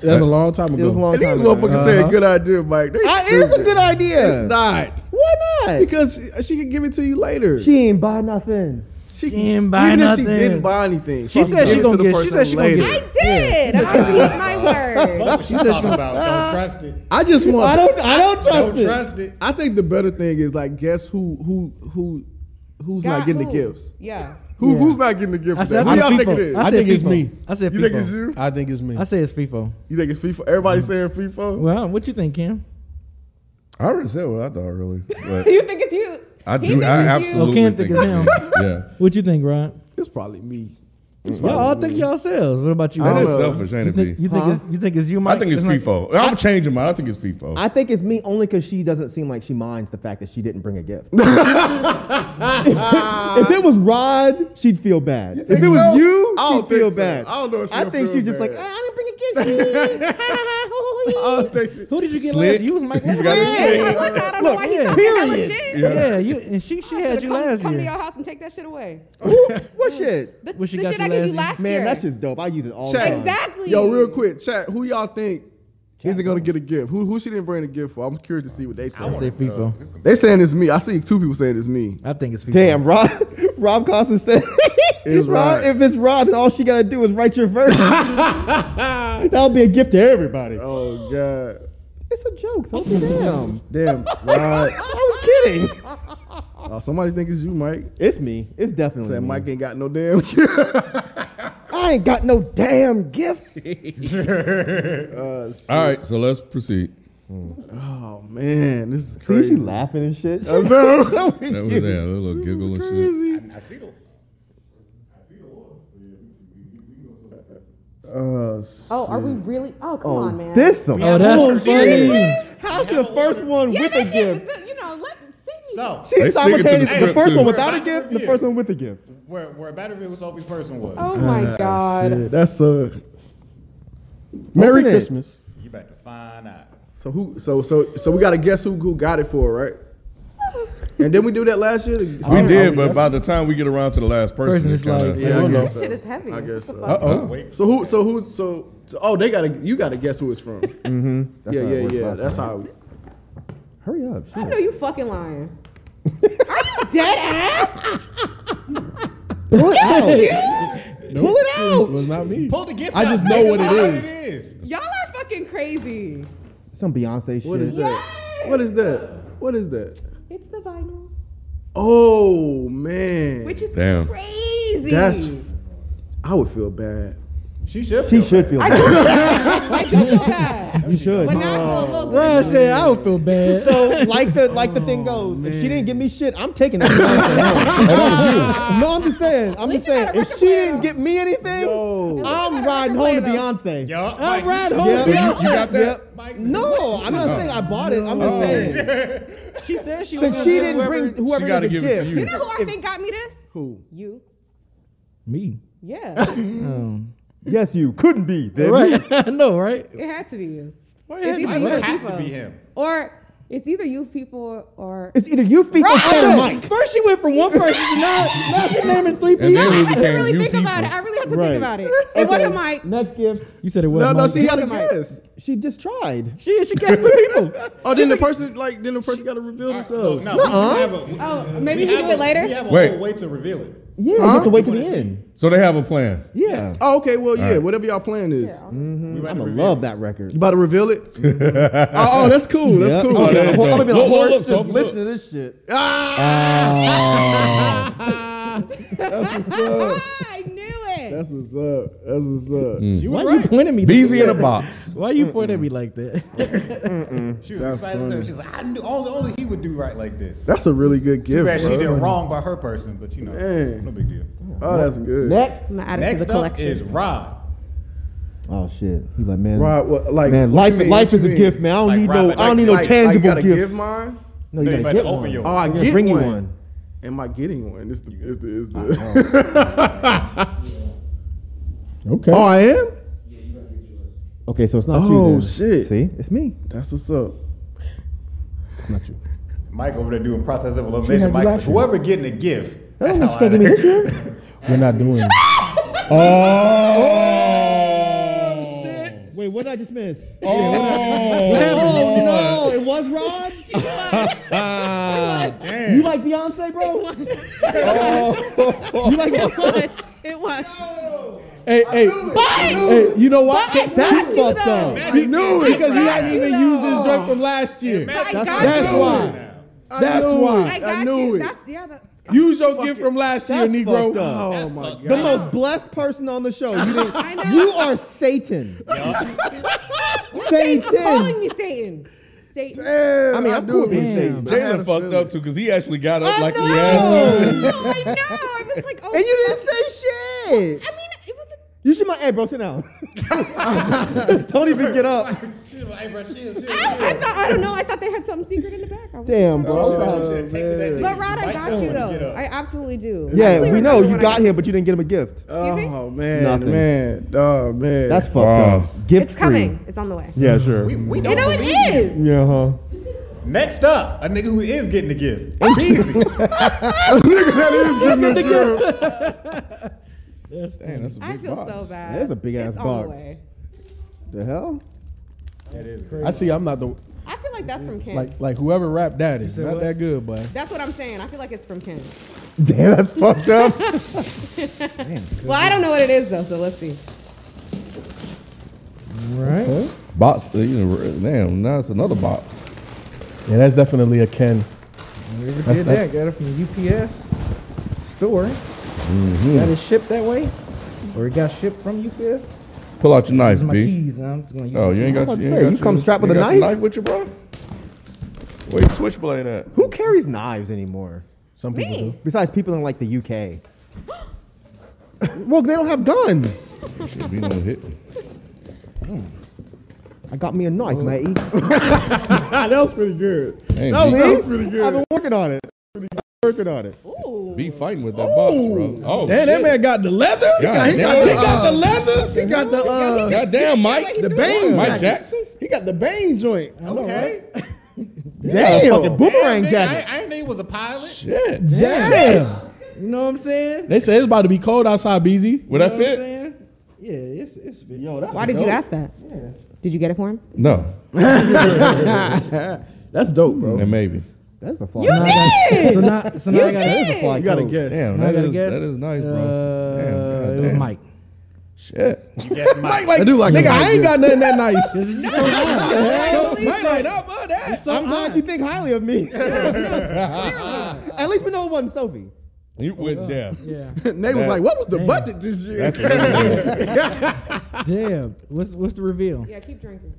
S3: That's a long time ago.
S5: It was a long
S7: These
S5: time ago.
S7: motherfuckers
S9: Uh-huh.
S7: saying good idea, Mike. They
S5: I- it is a
S7: stupid.
S5: good idea.
S7: It's not.
S5: Why not?
S7: Because she could give it to you later.
S5: she ain't buy nothing.
S7: She,
S9: didn't buy
S7: even
S9: nothing.
S7: if she didn't buy anything.
S9: She said
S7: give
S9: she
S7: it to
S9: gonna
S7: the
S9: get- she
S7: person
S9: said she gonna
S7: later.
S9: get
S1: I did. I keep my word.
S8: What you talking about? Don't trust it.
S7: I just want.
S5: I don't. I don't trust
S8: Don't
S5: it.
S8: trust it.
S7: I think the better thing is like, guess who who who who's not
S1: God,
S7: getting
S1: who?
S7: the gifts?
S1: Yeah.
S7: Who who's not getting the gift?
S9: I
S7: For
S9: said
S7: that? Who y'all
S9: FIFA.
S7: think it is?
S3: I
S9: said
S3: think it's
S9: FIFA.
S3: me.
S9: I said
S7: you think it's
S9: FIFO.
S7: you?
S3: I think it's me.
S9: I said it's FIFO.
S7: You think it's FIFA? Everybody saying FIFA?
S9: Well, Mm. what you think, Cam?
S4: I already said what I thought, really. But
S1: You think it's you?
S4: I
S1: He
S4: do.
S1: thinks
S4: I
S1: it's you.
S4: absolutely
S9: Oh, Ken think it's
S4: it's me. Yeah.
S9: What you think, Rod?
S7: It's probably me.
S9: Y'all all think yourselves. What about you?
S4: That is
S9: Rod?
S4: selfish, ain't
S9: You
S4: it,
S9: think,
S4: B?
S9: you, think it's, you think it's you, Mike?
S4: I think it's
S9: not-
S4: FIFO. I'm changing mine. I think it's FIFO.
S5: I think it's me only because she doesn't seem like she minds the fact that she didn't bring a gift. if, it was Rod, she'd feel bad. If it was
S7: so?
S5: you,
S7: I don't
S5: she'd feel
S7: think so.
S5: bad.
S7: I don't know if
S5: I
S7: she'll
S5: think
S7: feel
S5: she's just
S7: bad.
S5: like, I, I didn't bring a gift.
S7: I don't think she-
S9: Who did you get
S4: Slick.
S9: last? You was Mike. last
S4: You got
S9: year.
S4: a
S1: Like, listen, I don't know why he
S9: Yeah.
S1: talking hella
S5: Period.
S1: shit.
S9: yeah. you and she she had you
S1: Come-
S9: last
S1: Come to
S9: year.
S1: your house and take that shit away.
S5: Who- what shit?
S1: The,
S9: What she
S1: the
S9: got
S1: shit
S9: you
S1: I gave you
S9: last
S1: last year.
S5: Man, that's just dope. I use it all the
S7: Check.
S5: time.
S1: Exactly.
S7: Yo, real quick, chat. Who y'all think isn't gonna get a gift? Who who she didn't bring a gift for? I'm curious to see what they
S9: I say
S7: think.
S9: FIFO.
S7: They saying it's me. I see two people saying it's me.
S9: I think it's FIFO.
S5: Damn, Rob, Rob Costin said,
S7: It's
S5: Rob,
S7: Rod.
S5: if it's Rod, then all she got to do is write your verse. That'll be a gift to everybody.
S7: Oh god.
S5: It's a joke, so damn.
S7: Damn. Rod.
S5: I was kidding.
S7: Oh, somebody think it's you, Mike.
S5: It's me. It's definitely
S7: Saying
S5: me.
S7: Mike ain't got no damn gift.
S5: I ain't got no damn gift.
S4: All right, so let's proceed.
S7: Oh man, this is
S5: See,
S7: crazy.
S5: she laughing and shit. She-
S7: Oh,
S4: That was yeah, a little giggle and shit.
S8: I see the.
S1: Oh, are we really? Oh, come on, man.
S5: this one.
S9: Oh, that's funny.
S5: How she the first one
S1: yeah,
S5: with
S1: they
S5: a
S1: can't-
S5: gift?
S1: You know, let see me.
S8: So
S4: They
S5: She's
S4: stick it to the
S5: simultaneous. The,
S4: script,
S5: first
S4: too.
S5: one without a gift, the
S8: Yeah.
S5: first one with a gift.
S8: where where Batterfield was Sophie's person was.
S1: Oh my God.
S7: Shit, that's uh
S3: Merry
S5: Open it.
S3: Christmas.
S8: You about to find out.
S7: so who so so so we gotta guess who who got it for, right? And then we do that last year.
S4: We did, but by the time we get around to the last
S9: Person
S4: person, it's
S9: is like-
S4: kind of.
S7: yeah, I guess so.
S1: Shit is heavy.
S7: I guess so.
S3: Uh oh.
S8: Wait.
S7: So who? So who? So, so oh, they gotta. You gotta guess who it's from. mm-hmm. yeah,
S5: how it
S7: yeah,
S5: worked
S7: yeah.
S5: last
S7: That's
S5: time.
S7: how. We,
S5: Hurry up.
S1: I
S5: shit.
S1: know you fucking lying. Are you dead ass?
S5: Pull it out. Pull it
S3: It was
S5: out.
S3: not me.
S8: Pull the gift.
S3: I
S8: out,
S3: just
S8: nigga.
S3: know what it
S8: That's
S3: is.
S8: is.
S1: Y'all are fucking crazy.
S5: Some Beyonce shit.
S7: what is that? What is that? What is that?
S1: It's the vinyl,
S7: Oh man,
S1: which is
S4: Damn.
S1: crazy.
S7: that's. I would feel bad.
S8: She should.
S5: She
S8: feel
S5: should
S8: bad.
S5: feel
S1: I
S5: bad.
S1: do feel bad. I do feel bad.
S5: You should.
S1: But now I feel a little
S9: Rod
S1: guilty.
S9: said I would feel bad.
S5: So like the like the thing goes, if she didn't give me shit, I'm taking that. Beyonce home. No, I'm just saying. I'm just
S1: least you got
S5: saying.
S1: a
S5: If
S1: record
S5: she
S1: player,
S5: didn't
S1: though.
S5: get me anything,
S7: Yo.
S5: I'm
S1: got a
S5: riding home to
S1: record player,
S5: Beyonce.
S8: Yo, Mike,
S9: I'm
S8: you
S9: riding
S8: should-
S9: home.
S5: Yeah.
S9: Beyonce.
S4: You got that?
S8: Mike's-
S5: No, I'm not saying I bought it. I'm just saying
S9: She said she
S5: since
S9: was
S5: she
S9: gonna
S5: didn't
S9: give
S5: bring
S9: whoever-
S5: whoever
S4: She gotta
S5: doesn't
S4: give it to
S5: give.
S1: You know
S4: you.
S1: who I think got me this?
S7: Who?
S1: You.
S9: me.
S1: Yeah.
S5: Yes, you couldn't be. Then.
S9: Right. I know, right?
S1: it had to be you.
S9: Why
S1: It's
S9: had to
S1: either
S9: be
S1: you or
S9: black?
S8: have to
S1: Tifa.
S8: be him.
S1: Or It's either you people or
S5: It's either you feet or Cat or Mike.
S6: First, she went from one person to now, now she's naming three
S4: And
S6: people.
S4: then
S1: I
S4: we
S1: had to
S4: became
S1: really
S4: you
S1: think
S4: people.
S1: about it. I really had to
S5: Right.
S1: think about it. It wasn't Mike.
S5: Next gift.
S9: You said it was.
S7: No, no,
S9: Mike.
S7: she had a
S1: Mike.
S7: guess.
S5: She just tried.
S6: She she guessed three people.
S7: Oh, then the person like then the person got to reveal
S8: All right, so
S7: themselves.
S8: no, we- we have a- we-
S1: Oh,
S8: we
S1: maybe you
S8: have
S1: do it
S8: a-
S1: later.
S8: We have a
S4: Wait.
S8: whole way to reveal it.
S5: Yeah, you have to wait to the end.
S4: So they have a plan.
S5: Yeah.
S7: Oh, okay. Well, yeah. Whatever y'all plan is,
S8: We about
S5: I'm
S8: to
S5: gonna
S8: reveal
S5: love
S8: it.
S5: that record.
S7: you about to reveal it. oh, oh, that's cool. That's
S5: Yeah.
S7: cool.
S5: I'm
S4: there you
S5: gonna be
S4: go.
S5: on a
S4: Look, look,
S5: horse
S4: look,
S5: just
S4: Sophie,
S5: listening to this shit.
S7: Ah!
S5: Ah.
S4: Um,
S1: I knew it.
S7: That's what's up. That's what's up.
S5: Mm.
S8: She
S9: Why
S8: was
S9: you pointing at me?
S4: BZ in a box.
S9: Why you pointing at me like that?
S8: She was excited. as hell. She was like, I knew only, only he would do right like this.
S7: That's a really good
S8: Too
S7: gift.
S8: bad she
S7: bro.
S8: did wrong by her person, but you know,
S7: Man.
S8: no big deal.
S7: Oh, that's good.
S5: Next.
S1: I'm gonna add it to
S8: Next
S1: the
S8: up
S1: collection.
S8: is Rod.
S5: Oh shit. He's like, man.
S7: Right, well, like
S5: man,
S7: what
S5: life,
S7: you mean,
S5: life
S7: what
S5: is
S7: you
S5: a
S7: mean?
S5: gift, man. I don't
S8: Like,
S5: need
S8: right,
S5: no,
S8: but
S5: I don't
S8: like-
S5: need no
S7: Like, like,
S5: tangible
S7: you gotta
S5: gifts.
S7: Give mine.
S5: No,
S8: No,
S5: you
S8: you
S5: gotta
S8: about to
S5: get
S8: open
S5: one.
S8: yours.
S7: Oh, I
S5: I'm gonna
S7: get
S5: bring you
S7: one.
S5: one.
S7: Am I getting one? It's the is the is the.
S3: Okay.
S7: oh, I am.
S5: Okay, so it's not you.
S7: Oh,
S5: then.
S7: shit.
S5: See, it's me.
S7: That's what's up.
S5: It's not you.
S8: Mike over there doing process of
S5: had
S8: elimination.
S5: you
S8: Mike's like,
S5: last year.
S8: whoever getting a gift.
S5: That
S8: That's
S5: don't
S8: how
S5: mean she
S8: I
S5: can't give me
S8: did.
S5: this year.
S3: We're not doing it.
S4: Oh,
S5: Wait, what did I just miss?
S4: Oh,
S5: no, it was Rod. You like Beyonce, bro? Oh. You like
S1: it was.
S3: Hey, hey,
S1: But
S3: hey, you know what?
S1: But I
S5: That's
S1: got you,
S5: fucked
S1: though.
S5: up.
S3: He knew it because he
S1: got
S3: hadn't
S1: you,
S3: even
S1: though.
S3: used his drink from last year.
S1: I got
S3: That's
S1: you.
S3: why.
S7: I
S3: That's
S7: knew
S3: why.
S7: it.
S1: I got
S7: knew
S1: you.
S7: it.
S1: That's the other.
S3: Use your gift from last year,
S5: That's
S3: Negro.
S5: fucked up.
S7: oh my god.
S5: The most blessed person on the show. You, didn't-
S1: I know.
S5: you are Satan.
S1: Calling
S5: Satan.
S1: me Satan. Satan.
S7: Damn,
S5: I mean, I'm cool with Satan.
S7: Damn.
S4: Jalen fucked up too because he actually got up like he
S5: know.
S4: had.
S1: I know. I was like, oh.
S5: And you didn't
S1: fuck.
S5: say shit.
S1: I mean, it was. A,
S5: You should my hey bro, sit down. Don't even get up.
S8: She was like, hey, bro, chill, chill, chill.
S1: I, I thought. I don't know. I thought they had something secret in the back. I was-
S5: Damn,
S8: Oh,
S5: bro.
S8: shit, takes it that
S1: But
S8: day.
S1: Rod, I
S8: Mike
S1: got
S8: don't
S1: you
S8: wanna get
S1: though.
S8: up.
S1: I absolutely do. I
S5: Yeah,
S1: actually
S5: we know
S1: remember
S5: you
S1: when I
S5: got him, but you didn't get him a gift.
S1: Excuse me?
S7: Oh man,
S5: Nothing.
S7: man, oh man.
S5: That's fucked
S4: Wow.
S5: up. Gift
S1: It's
S5: free.
S1: coming. It's on the way.
S5: Yeah, sure.
S8: We, we
S1: You
S8: don't
S1: know it
S8: believe you.
S1: is.
S5: yeah, huh?
S8: Next up, a nigga who is getting a gift. Easy.
S4: Damn, that's a
S1: I
S4: big
S1: feel
S4: box.
S1: so bad.
S5: That's a big ass
S1: It's on the
S5: box.
S1: way.
S5: The hell?
S3: I see. I'm not the
S1: I feel like that's from Ken.
S3: like like whoever rapped that is not
S9: what?
S3: that good, boy.
S1: that's what I'm saying. I feel like it's from Ken.
S5: Damn, that's fucked up.
S1: Well, I don't know what it is though, so let's see.
S3: Right.
S4: Box, uh, you know, damn. Now it's another box.
S3: Yeah, that's definitely a Ken.
S9: Never did that. Got it from the UPS store.
S5: Mm-hmm.
S9: Got it shipped that way, or it got shipped from UPS.
S4: Pull out your knife,
S9: These are my
S4: B.
S9: keys. and I'm just gonna use
S4: Oh, you ain't
S5: I'm
S4: got. your-
S5: about to
S4: You, ain't
S5: say,
S4: got
S5: you come
S4: your-
S5: strapped with
S4: you
S5: a
S4: got your
S5: knife?
S4: knife with you, bro. Where you switchblade at?
S5: Who carries knives anymore?
S3: Some people
S1: Me.
S3: do.
S5: Besides people in like the UK. well, they don't have guns.
S4: Should be no hit.
S5: I got me a knife, matey.
S7: that was pretty good.
S4: Damn,
S5: See?
S4: be,
S7: pretty
S5: I've been working on it. Working on it.
S4: be fighting with that box, bro. Oh,
S3: Damn, that man got the leather.
S4: God damn.
S3: the leather. He got the uh,
S4: Goddamn, Mike.
S1: The Bane
S4: Mike Jackson.
S3: he got the Bane joint.
S8: okay.
S5: Damn. fucking boomerang
S8: Nigga, I,
S5: jacket.
S8: I didn't think it was a pilot.
S4: Shit.
S3: Damn.
S9: it. You know what I'm saying?
S3: They say it's about to be cold outside,
S9: You
S3: BZ.
S4: Would
S9: know
S4: that
S9: what I'm
S4: fit?
S9: saying? Yeah, it's it's fit. Yo,
S1: Why did you ask that? Did you get it for him?
S4: No.
S7: That's dope, bro.
S4: Then maybe.
S5: That's a fly.
S1: You did.
S9: So now, so now I got
S5: That's a fly.
S7: You gotta
S5: coat.
S7: guess.
S4: Damn,
S9: Now I
S4: that
S9: gotta
S4: is
S9: guess.
S4: that is nice, bro.
S9: Uh,
S4: damn,
S9: it was
S4: goddamn.
S9: Mike.
S4: Shit.
S8: Yes, Mike.
S7: I do like
S3: Nigga,
S7: it.
S3: I ain't got nothing that nice.
S9: This is so odd.
S5: I'm glad you think highly of me. At least we know it wasn't Sophie.
S4: You went down.
S9: oh, Yeah.
S7: Nate was
S4: That-
S7: like, "What was the
S9: Damn.
S7: budget this year?"
S4: That's a-
S9: Damn. What's what's the reveal?
S1: Yeah, keep drinking.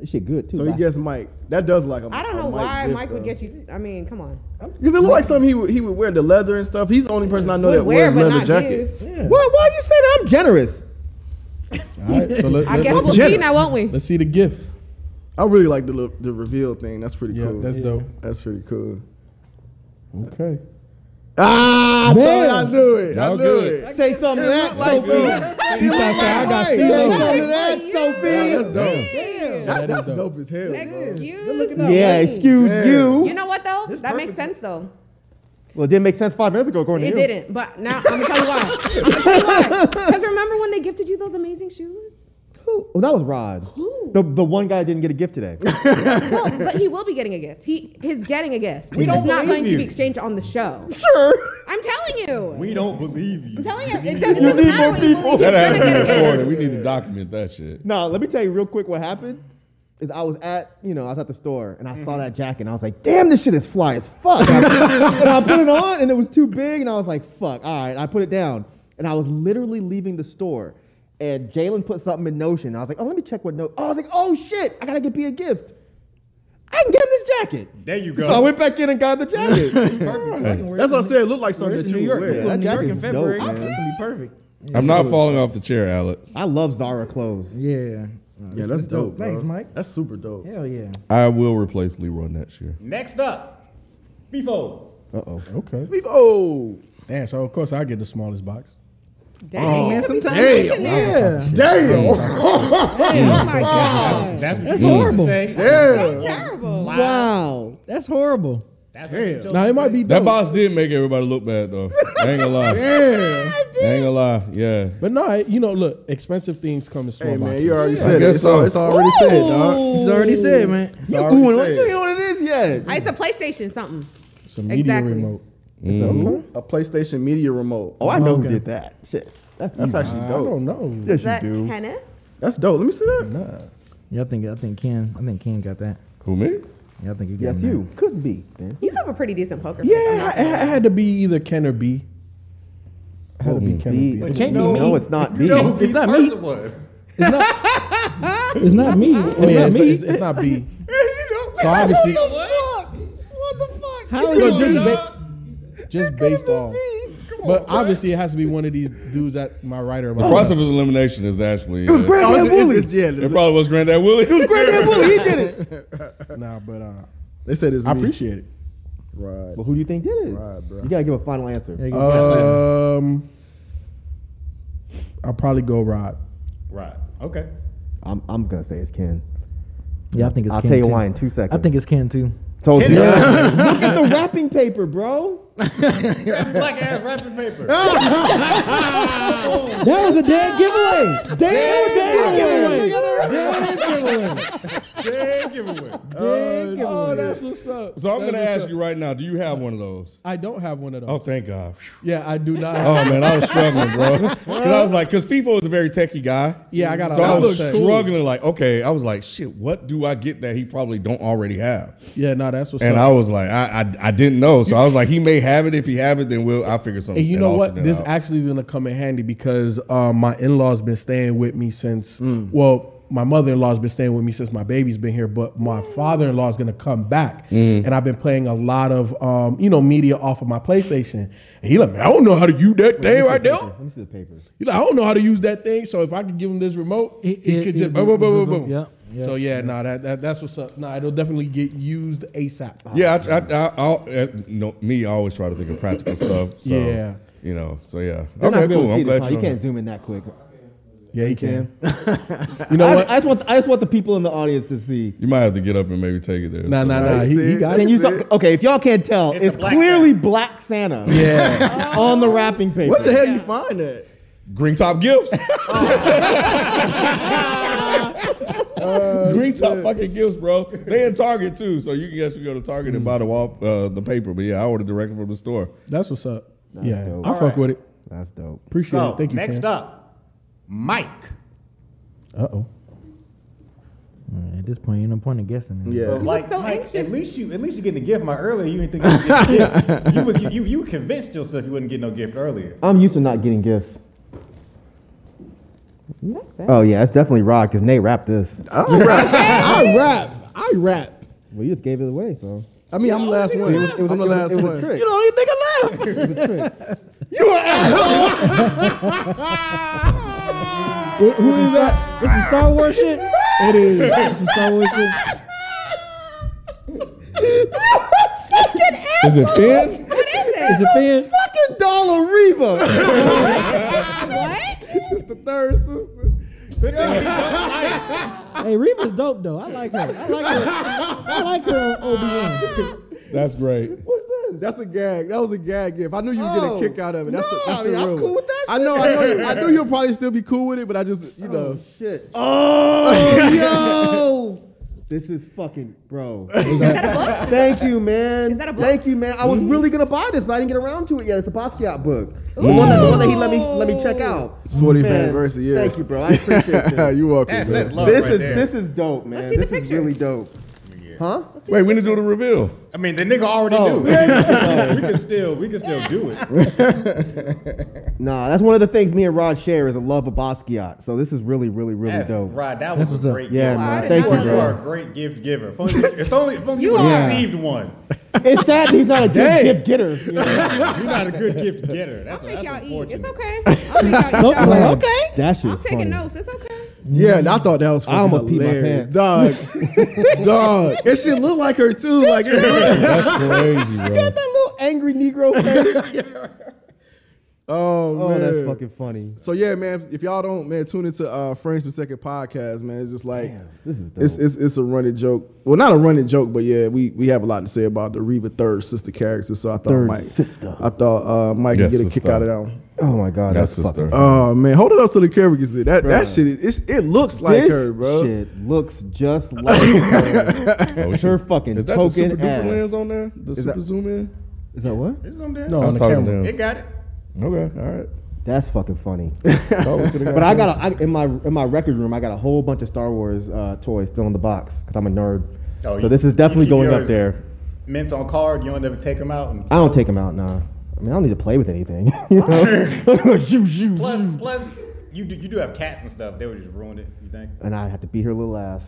S5: This shit good too.
S7: so he guessed Mike. That does like a.
S1: I don't know why Mike would get you. I mean, come on.
S7: because it looked like something he would he would wear the leather and stuff. He's the only person I know that
S1: Would wear, but
S7: wears leather
S1: not
S7: jacket.
S1: give.
S5: Why, why you say that? I'm generous.
S3: All right, so let,
S1: I
S3: let,
S1: guess
S3: us
S1: we'll see now, won't we?
S3: let's see the gift.
S7: I really like the look- the reveal thing. That's pretty
S3: Yeah,
S7: cool.
S3: that's dope.
S7: That's pretty cool.
S3: Okay.
S7: Ah, I, thought I knew it. I
S4: Y'all
S7: knew
S4: good.
S7: it.
S5: Say something to that,
S7: Like,
S5: Sophie.
S7: uh,
S3: She tried to say, I got
S7: Thank you
S3: Steve
S7: for that,
S4: That's
S7: Sophia.
S4: dope.
S7: That- That's dope as hell. bro.
S1: Excuse me.
S5: Yeah, excuse
S1: You
S5: you.
S1: know what though? that makes sense though.
S5: Well, it didn't make sense five minutes ago, according
S1: It
S5: to you.
S1: didn't, but now I'm gonna tell you why. I'm gonna tell you why. Because remember when they gifted you those amazing shoes?
S5: Who? Oh, that was Rod.
S1: Who?
S5: The, the one guy didn't get a gift today.
S1: Well, but he will be getting a gift. He is getting a gift.
S8: We
S1: it's
S8: don't
S1: just not
S8: believe
S1: going to
S8: you.
S1: be exchanged on the show.
S5: sure.
S1: I'm telling you.
S8: We don't believe you.
S1: I'm telling you. It doesn't,
S5: You
S1: it doesn't
S5: need
S1: matter
S5: more
S1: what you
S5: people.
S1: believe. He's
S4: That
S1: gonna get a
S4: happened
S1: gift.
S4: recorded. We need to document that shit.
S5: No, let me tell you real quick what happened. Is I was at, you know, I was at the store and I saw
S9: Mm-hmm.
S5: that jacket and I was like, damn, this shit is fly as fuck. and I put it on and it was too big and I was like, fuck, all right. I put it down and I was literally leaving the store and Jalen put something in Notion. I was like, oh, let me check what note. Oh, I was like, oh shit, I gotta get be a gift. I can get him this jacket.
S8: There you go.
S5: So I went back in and got the jacket.
S7: That's what I said. It looked
S9: We're
S7: like something
S9: in
S7: that
S9: New
S7: you
S9: York.
S7: would wear.
S5: that
S9: We're in New York
S5: jacket's
S9: in February.
S5: dope, man.
S9: It's gonna be perfect.
S4: I'm not falling off the chair, Alec.
S5: I love Zara clothes.
S9: Yeah.
S7: Yeah, that's dope. bro.
S9: Thanks, Mike.
S7: That's super dope.
S9: Hell yeah.
S4: I will replace Leroy next year.
S8: Next up, FIFO.
S3: Okay.
S7: Leave- Oh,
S3: Damn, so of course I get the smallest box.
S1: Dang,
S9: man,
S8: Oh,
S1: that be
S9: sometimes-
S1: something
S9: Yeah.
S1: there.
S7: damn.
S1: Oh my god.
S8: That's,
S9: That's
S8: what you
S9: horrible.
S8: say.
S1: So terrible.
S5: Wow.
S9: That's horrible.
S8: That's what you chose
S3: Now
S8: to
S3: it might
S8: say.
S3: be
S4: That
S3: dope,
S4: box did make everybody look bad though. I ain't gonna lie. I ain't gonna lie. Yeah.
S3: but no, it- you know, look, expensive things come in small
S7: Hey man,
S3: boxes.
S7: you already
S4: I
S7: said
S4: guess
S7: it. It's, all,
S4: so.
S7: it's already said, dog.
S9: It's already said, man.
S7: It's already
S5: Ooh, and
S7: said.
S5: you know what it is yet.
S1: It's a PlayStation something.
S3: it's a media
S1: Exactly.
S3: remote. Mm-hmm.
S7: A PlayStation Media remote.
S5: Oh, I know who did that. Shit. That's,
S7: that's
S5: easy.
S7: actually
S3: I don't
S7: dope.
S3: know.
S5: Yes,
S1: Is that
S5: you do.
S1: Hannah?
S7: That's dope. Let me see that.
S9: Yeah, I think I think Ken. I think Ken got that.
S4: Who me?
S9: Yeah, I think you got
S5: Yes,
S9: that.
S5: you could be. Man.
S1: You have a pretty decent poker face. I'm
S3: Yeah,
S1: not
S3: it
S1: gonna
S3: it had to be either Ken or B. It had to be Ken or
S5: B.
S3: B.
S9: It can't
S5: no,
S9: be me.
S5: no, it's not B.
S8: You know who
S9: It's
S8: B
S9: not me.
S8: person was.
S9: It's not me. It's
S3: Oh, yeah,
S9: not
S3: it's,
S9: me.
S3: it's- it's not B.
S8: you
S3: So obviously,
S8: What? What the fuck?
S9: How
S3: no,
S9: is
S3: just,
S9: it?
S3: ba- just based off. But obviously, it has to be one of these dudes at my writer.
S4: The process of elimination is actually. It
S5: was Grand-
S7: Oh, it's, it's,
S5: Willie.
S7: it's, yeah,
S4: It probably was Granddad Willie.
S5: Grant Willie, he did it.
S3: Nah, but uh,
S7: they said it's
S3: I
S7: me.
S3: appreciate it.
S7: Right.
S5: Well, who do you think did it?
S7: Right, bro.
S5: You gotta give a final answer.
S9: Yeah, you got that.
S3: Um, I'll probably go Rod.
S8: Right. Okay.
S5: I'm, I'm gonna say it's Ken.
S9: Yeah, I think it's
S5: I'll
S9: Ken
S5: tell you
S9: too.
S5: why in two seconds.
S9: I think it's Ken too.
S5: told you. Look at the wrapping paper, bro.
S8: That black ass wrapping paper.
S9: That was a dead giveaway.
S5: Damn, damn,
S8: Dead giveaway.
S3: Oh, that's what's up.
S4: So I'm
S3: That's
S4: gonna
S3: what's
S4: ask
S3: up.
S4: you right now: Do you have one of those?
S3: I don't have one of
S4: Oh,
S3: those.
S4: thank God.
S3: Yeah, I do not. Have
S4: Oh man, I was struggling, bro. 'Cause I was like, because FIFO is a very techie guy.
S3: Yeah, I got a
S4: So I
S3: lot
S4: was
S3: of
S4: struggling. Like, okay, I was like, shit, what do I get that he probably don't already have?
S3: Yeah, no, that's what's
S4: And
S3: up.
S4: I was like, I, I I didn't know. So I was like, he may have it. If he have it, then we'll I'll figure something.
S3: and you know what?
S4: alternate
S3: This
S4: out.
S3: actually is gonna come in handy because um, my in-laws been staying with me since. Well, my mother-in-law's been staying with me since my baby's been here, but
S5: Mm.
S3: my father-in-law's gonna come back, and I've been playing a lot of um, you know media off of my PlayStation. And he like, "Man, I don't know how to use that thing right there.
S5: Let me see the paper.
S3: He like, I don't know how to use that thing. So if I could give him this remote, he,
S9: It- it-
S3: could
S9: it-
S3: just boom, boom, boom, boom, boom.
S9: yeah, yeah,
S3: so yeah, nah, that, that that's what's up. Nah, it'll definitely get used ASAP.
S5: Oh,
S4: Yeah, I, I, I, I'll, uh, you know, me, I always try to think of practical stuff. So,
S3: Yeah.
S4: You know, so yeah.
S5: They're
S4: okay,
S5: not gonna be able
S4: cool.
S5: to
S4: I'm
S5: see this,
S4: glad
S5: huh?
S4: you.
S5: You can't zoom in that quick.
S3: yeah, he can. you know
S5: I,
S3: what?
S5: I just want I just want the people in the audience to see.
S4: You might have to get up and maybe take it there.
S3: Nah,
S4: So-
S3: nah, nah.
S7: Like,
S3: He, he
S7: see?
S3: got
S5: And
S3: it.
S5: then you
S7: see
S5: saw,
S7: it.
S5: okay, if y'all can't tell,
S8: It's a
S5: it's,
S8: black
S5: clearly Black Santa
S3: Yeah,
S5: on the wrapping paper.
S7: What the hell you find that?
S4: Green Top Gifts. Green Top fucking Gifts, bro. They in Target too, so you can actually go to Target and buy the wall, uh, the paper. But yeah, I ordered directly from the store.
S3: that's what's up. yeah,
S5: dope.
S3: I fuck with it.
S5: That's dope.
S3: Appreciate
S8: So
S3: it. Thank you.
S8: next up, Mike.
S3: Uh oh.
S9: Mm, At this point, ain't no point in guessing. man.
S7: Yeah.
S8: So, like,
S1: so
S8: Mike,
S1: anxious.
S8: at least you, at least you getting a gift. My earlier, you didn't think you was getting a gift. You was, you, you, you convinced yourself you wouldn't get no gift earlier.
S5: I'm used to not getting gifts.
S1: That's it.
S5: Oh yeah, it's definitely Rod because Nate wrapped this.
S7: I don't rap. I rap. I rap.
S5: Well, you just gave it away, so
S7: I mean, I'm the last one.
S5: it was,
S7: I'm
S5: a,
S7: the last
S5: it was, it
S7: one.
S5: was a trick.
S9: You the only nigga left.
S3: Who, who is that?
S9: That's some Star Wars shit.
S3: It is.
S9: That's some Star Wars shit.
S3: Is it Finn?
S1: What is
S9: Is it
S1: it?
S9: thin?
S5: Fucking Dollar Reva.
S1: What?
S4: the third sister. The nigga-
S6: Hey, Reba's dope though. I like her. I like her. I like her. Obi Wan.
S4: That's great.
S7: What's this? That's a gag. That was a gag gift. I knew you would
S4: Oh.
S7: get a kick out of it. That's the,
S4: No,
S7: that's the
S4: I'm
S7: real
S4: cool
S7: one.
S4: with that
S7: I know. I know. You, I knew you'll probably still be cool with it, but I just, you know.
S5: Shit.
S7: Oh,
S5: Oh, this is fucking bro.
S9: Uh,
S5: Thank you, man.
S1: Is that a book?
S5: Thank you, man. I was really gonna buy this, but I didn't get around to it yet. It's a Basquiat book. The one, that, the one that he let me let me check out.
S7: It's 40th
S5: Man,
S7: anniversary, yeah.
S5: Thank you, bro. I appreciate this.
S7: You're welcome.
S8: That's,
S7: man.
S8: that's love
S5: this
S8: right
S5: is
S8: there.
S5: this is dope, man.
S1: see the
S5: this is
S1: picture.
S5: really dope. Huh?
S4: Wait, we need to do the reveal.
S8: I mean, the nigga already knew. we can still, we can still do it.
S5: Nah, that's one of the things me and Rod share is a love of Basquiat. So this is really, really, really
S8: That's,
S5: dope.
S8: Rod, that was
S9: what's
S8: a
S9: up.
S8: great
S5: Yeah,
S8: gift.
S1: Wow,
S5: man.
S1: I did
S5: Thank
S1: not
S5: you,
S1: know
S8: you
S5: bro.
S8: are a great gift giver. If only- It's only if only you
S1: are.
S8: received one.
S5: It's sad that he's not a good gift getter. you know?
S8: You're not a good gift getter. That's,
S1: I'll
S8: a,
S1: make
S8: that's
S1: y'all eat.
S8: unfortunate.
S1: It's okay. I'll make y'all eat. y'all.
S5: Man,
S6: Okay.
S5: That shit
S1: I'm
S5: was
S1: taking
S5: funny.
S1: notes. It's okay.
S7: Yeah, and I thought that was. Fucking
S5: almost peed my
S7: hilarious. Dog, dog. It should look like her too. Like
S4: That's crazy, bro.
S5: That little angry Negro face.
S7: Oh,
S5: oh,
S7: man.
S5: that's fucking funny.
S7: So yeah, man. If y'all don't, man, tune into uh, Frames Per Second podcast, man. It's just like
S5: this is dope.
S7: it's, it's it's a running joke. Well, not a running joke, but yeah, we we have a lot to say about the Reba third sister character. So I thought
S5: Third
S7: Mike,
S5: sister.
S7: I thought uh, Mike
S4: Yes,
S7: could get a
S4: sister.
S7: kick out of that one.
S5: Oh my god,
S4: That's
S5: that's,
S4: the
S5: fucking.
S4: story.
S7: Oh man, hold it up to the camera can see it. that. That
S5: Bruh.
S7: shit is it's, it looks like
S5: this
S7: her, bro.
S5: shit looks just like her.
S4: Oh,
S5: her fucking
S4: Is that the
S5: token
S4: super
S5: ass.
S4: duper lens on there? The super
S5: that-
S4: zoom in?
S5: Is that what?
S8: It's on there.
S3: No,
S4: I
S3: on
S4: was
S3: the
S4: talking
S3: camera.
S4: to
S8: It
S4: him.
S8: got it.
S4: Okay, all right.
S5: That's fucking funny.
S4: Oh, we could've
S5: But I got
S4: this.
S5: a, I, in my in my record room. I got a whole bunch of Star Wars uh, toys still in the box because I'm a nerd.
S8: Oh,
S5: so
S8: you-
S5: this is
S8: you
S5: definitely
S8: keep
S5: going
S8: yours.
S5: up there.
S8: Mints on card. You don't ever take them out. And
S5: I don't take them out, nah. I mean, I don't need to play with anything. you know? Zoo, zoo,
S8: plus,
S5: zoo.
S8: plus, you do, you do have cats and stuff. They would just ruin it. You think?
S5: And I have to beat her little ass.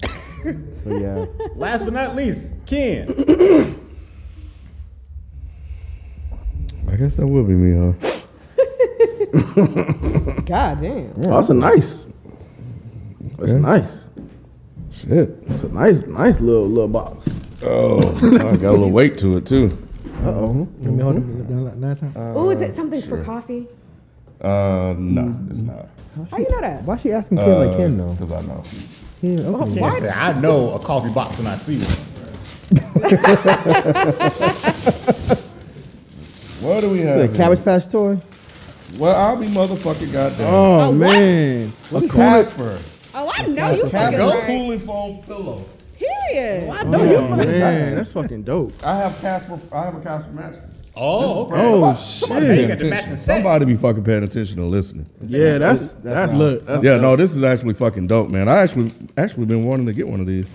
S5: so yeah,
S8: Last but not least, Ken.
S4: I guess that would be me, huh?
S1: God damn.
S7: Oh, that's a nice. That's
S4: Okay.
S7: nice.
S4: Shit.
S7: It's a nice, nice little little box.
S4: Oh, I got a little weight to it too.
S9: Let me hold it down like last time.
S1: Oh, is it something for coffee?
S4: Uh, no, it's not.
S1: How you know that?
S5: why she asking Ken like Ken though?
S4: Because I know.
S5: Yeah, okay.
S8: Ken said, I know a coffee box when I see one.
S4: What do we
S5: The
S4: have? here?
S5: Cabbage Patch toy.
S4: Well, I'll be motherfucking goddamn.
S7: Oh,
S1: what?
S7: man,
S4: a Casper.
S1: Oh, I know you fucking
S4: Casper
S1: right.
S4: cooling foam pillow.
S1: Period.
S7: man, that's fucking dope.
S4: I have Casper. I have a Casper match.
S8: Oh, okay.
S7: Oh
S8: Now you
S7: shit.
S8: got the matching set.
S4: Somebody be fucking paying attention and listening.
S7: Yeah, that's that's look. That's
S4: yeah, no, this is actually fucking dope, man. I actually actually been wanting to get one of these.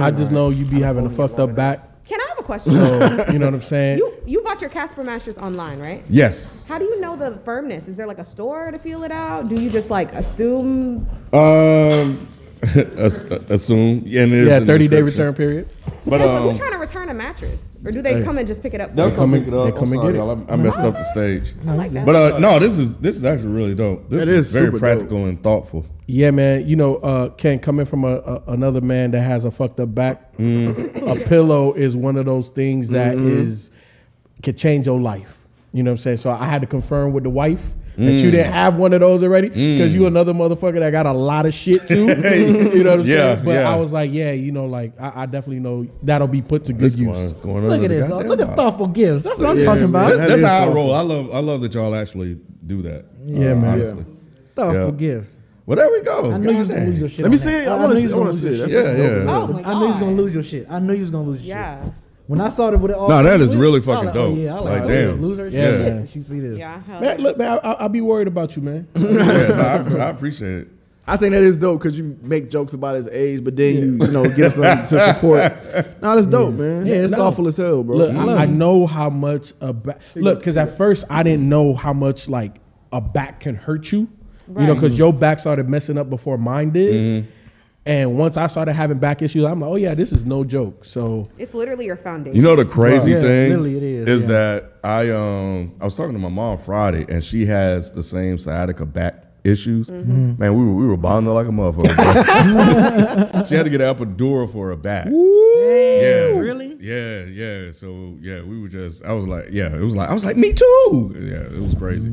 S3: I, I just know you be having a fucked up back.
S1: Can I have a question?
S3: So you know what I'm saying?
S1: You you bought your Casper Masters online, right?
S4: Yes.
S1: How do you know the firmness? Is there like a store to feel it out? Do you just like assume?
S4: Um, as- uh, assume. Yeah, and it is
S3: yeah,
S4: in the
S3: 30 day
S4: description.
S3: return period.
S4: But
S1: Hey, we're
S4: um,
S1: trying to return a mattress, or do they come and just pick it up?
S4: they come and,
S3: pick it up.
S4: they come
S3: I'm
S4: and
S3: sorry,
S4: get it.
S3: y'all.
S4: I, I messed up the stage.
S1: I like that.
S4: But uh, no, this is this is actually really dope. This
S7: It
S4: is,
S7: is
S4: very
S7: super
S4: practical and thoughtful.
S3: Yeah, man. You know, uh, Ken, coming from a, a another man that has a fucked up back, a pillow is one of those things that is could change your life. You know what I'm saying? So I had to confirm with the wife that you didn't have one of those already because you another motherfucker that got a lot of shit too. you know what I'm
S4: Yeah,
S3: saying? But
S4: yeah.
S3: I was like, yeah, you know, like I, I definitely know that'll be put to good
S4: This
S3: use.
S4: going, going
S9: Look
S4: under
S9: at
S4: the
S9: this.
S4: goddamn
S9: Look at
S4: box.
S9: thoughtful gifts. That's what I'm
S7: Yeah,
S9: talking about.
S4: That's,
S7: man.
S4: that's
S7: is
S4: how I
S7: thoughtful.
S4: roll. I love I love that y'all actually do that. uh,
S3: Yeah, man.
S4: Honestly.
S9: Thoughtful
S4: Yeah.
S9: gifts.
S4: Well, there we go.
S9: I knew you was gonna
S4: Goddamn.
S9: lose your shit.
S7: Let me
S9: on that.
S7: see it.
S9: I
S7: I
S9: knew
S7: want to
S9: you
S7: see.
S9: was
S7: I
S9: gonna
S7: want
S9: lose
S7: to see
S9: your
S7: it.
S9: shit.
S7: That's
S4: Yeah,
S7: that's dope.
S4: yeah.
S1: oh my god!
S9: I knew you was gonna lose your shit. I knew you was gonna lose your shit.
S1: Yeah,
S9: When I saw it with it all.
S4: Nah, that
S9: like
S4: is
S9: with,
S4: really
S9: I was
S4: fucking
S9: like, oh,
S4: dope.
S9: yeah, I
S4: Like,
S9: like, oh,
S4: damn.
S9: Yeah, lose her
S3: Yeah,
S9: shit.
S3: man.
S9: She see this.
S1: yeah. hell
S3: Man,
S1: yeah.
S3: look, man, I, I, I be worried about you, man.
S4: Yeah, no, I, I appreciate it.
S7: I think that is dope because you make jokes about his age, but then you you know give something to support. Nah, that's
S4: Mm.
S7: dope, man. Yeah, it's
S3: no.
S7: thoughtful as hell, bro.
S3: Look, I, I know how much a back. Look, because at first I didn't know how much like a back can hurt you. You know,
S1: Right.
S3: because your back started messing up before mine
S4: Mm-hmm.
S3: did. And once I started having back issues, I'm like, oh yeah, this is no joke. So
S1: It's literally your foundation.
S4: You know the crazy
S9: Yeah,
S4: thing
S9: literally it is, yeah.
S4: that I um I was talking to my mom Friday and she has the same sciatica back issues.
S9: Mm-hmm.
S4: Man, we were we were bonding like a motherfucker. bro. she had to get an epidural for her back. yeah,
S9: really?
S4: Yeah, yeah. So yeah, we
S9: Mm-hmm.
S4: were just. I was like, yeah, it was like I was like, me too. Yeah, it was crazy.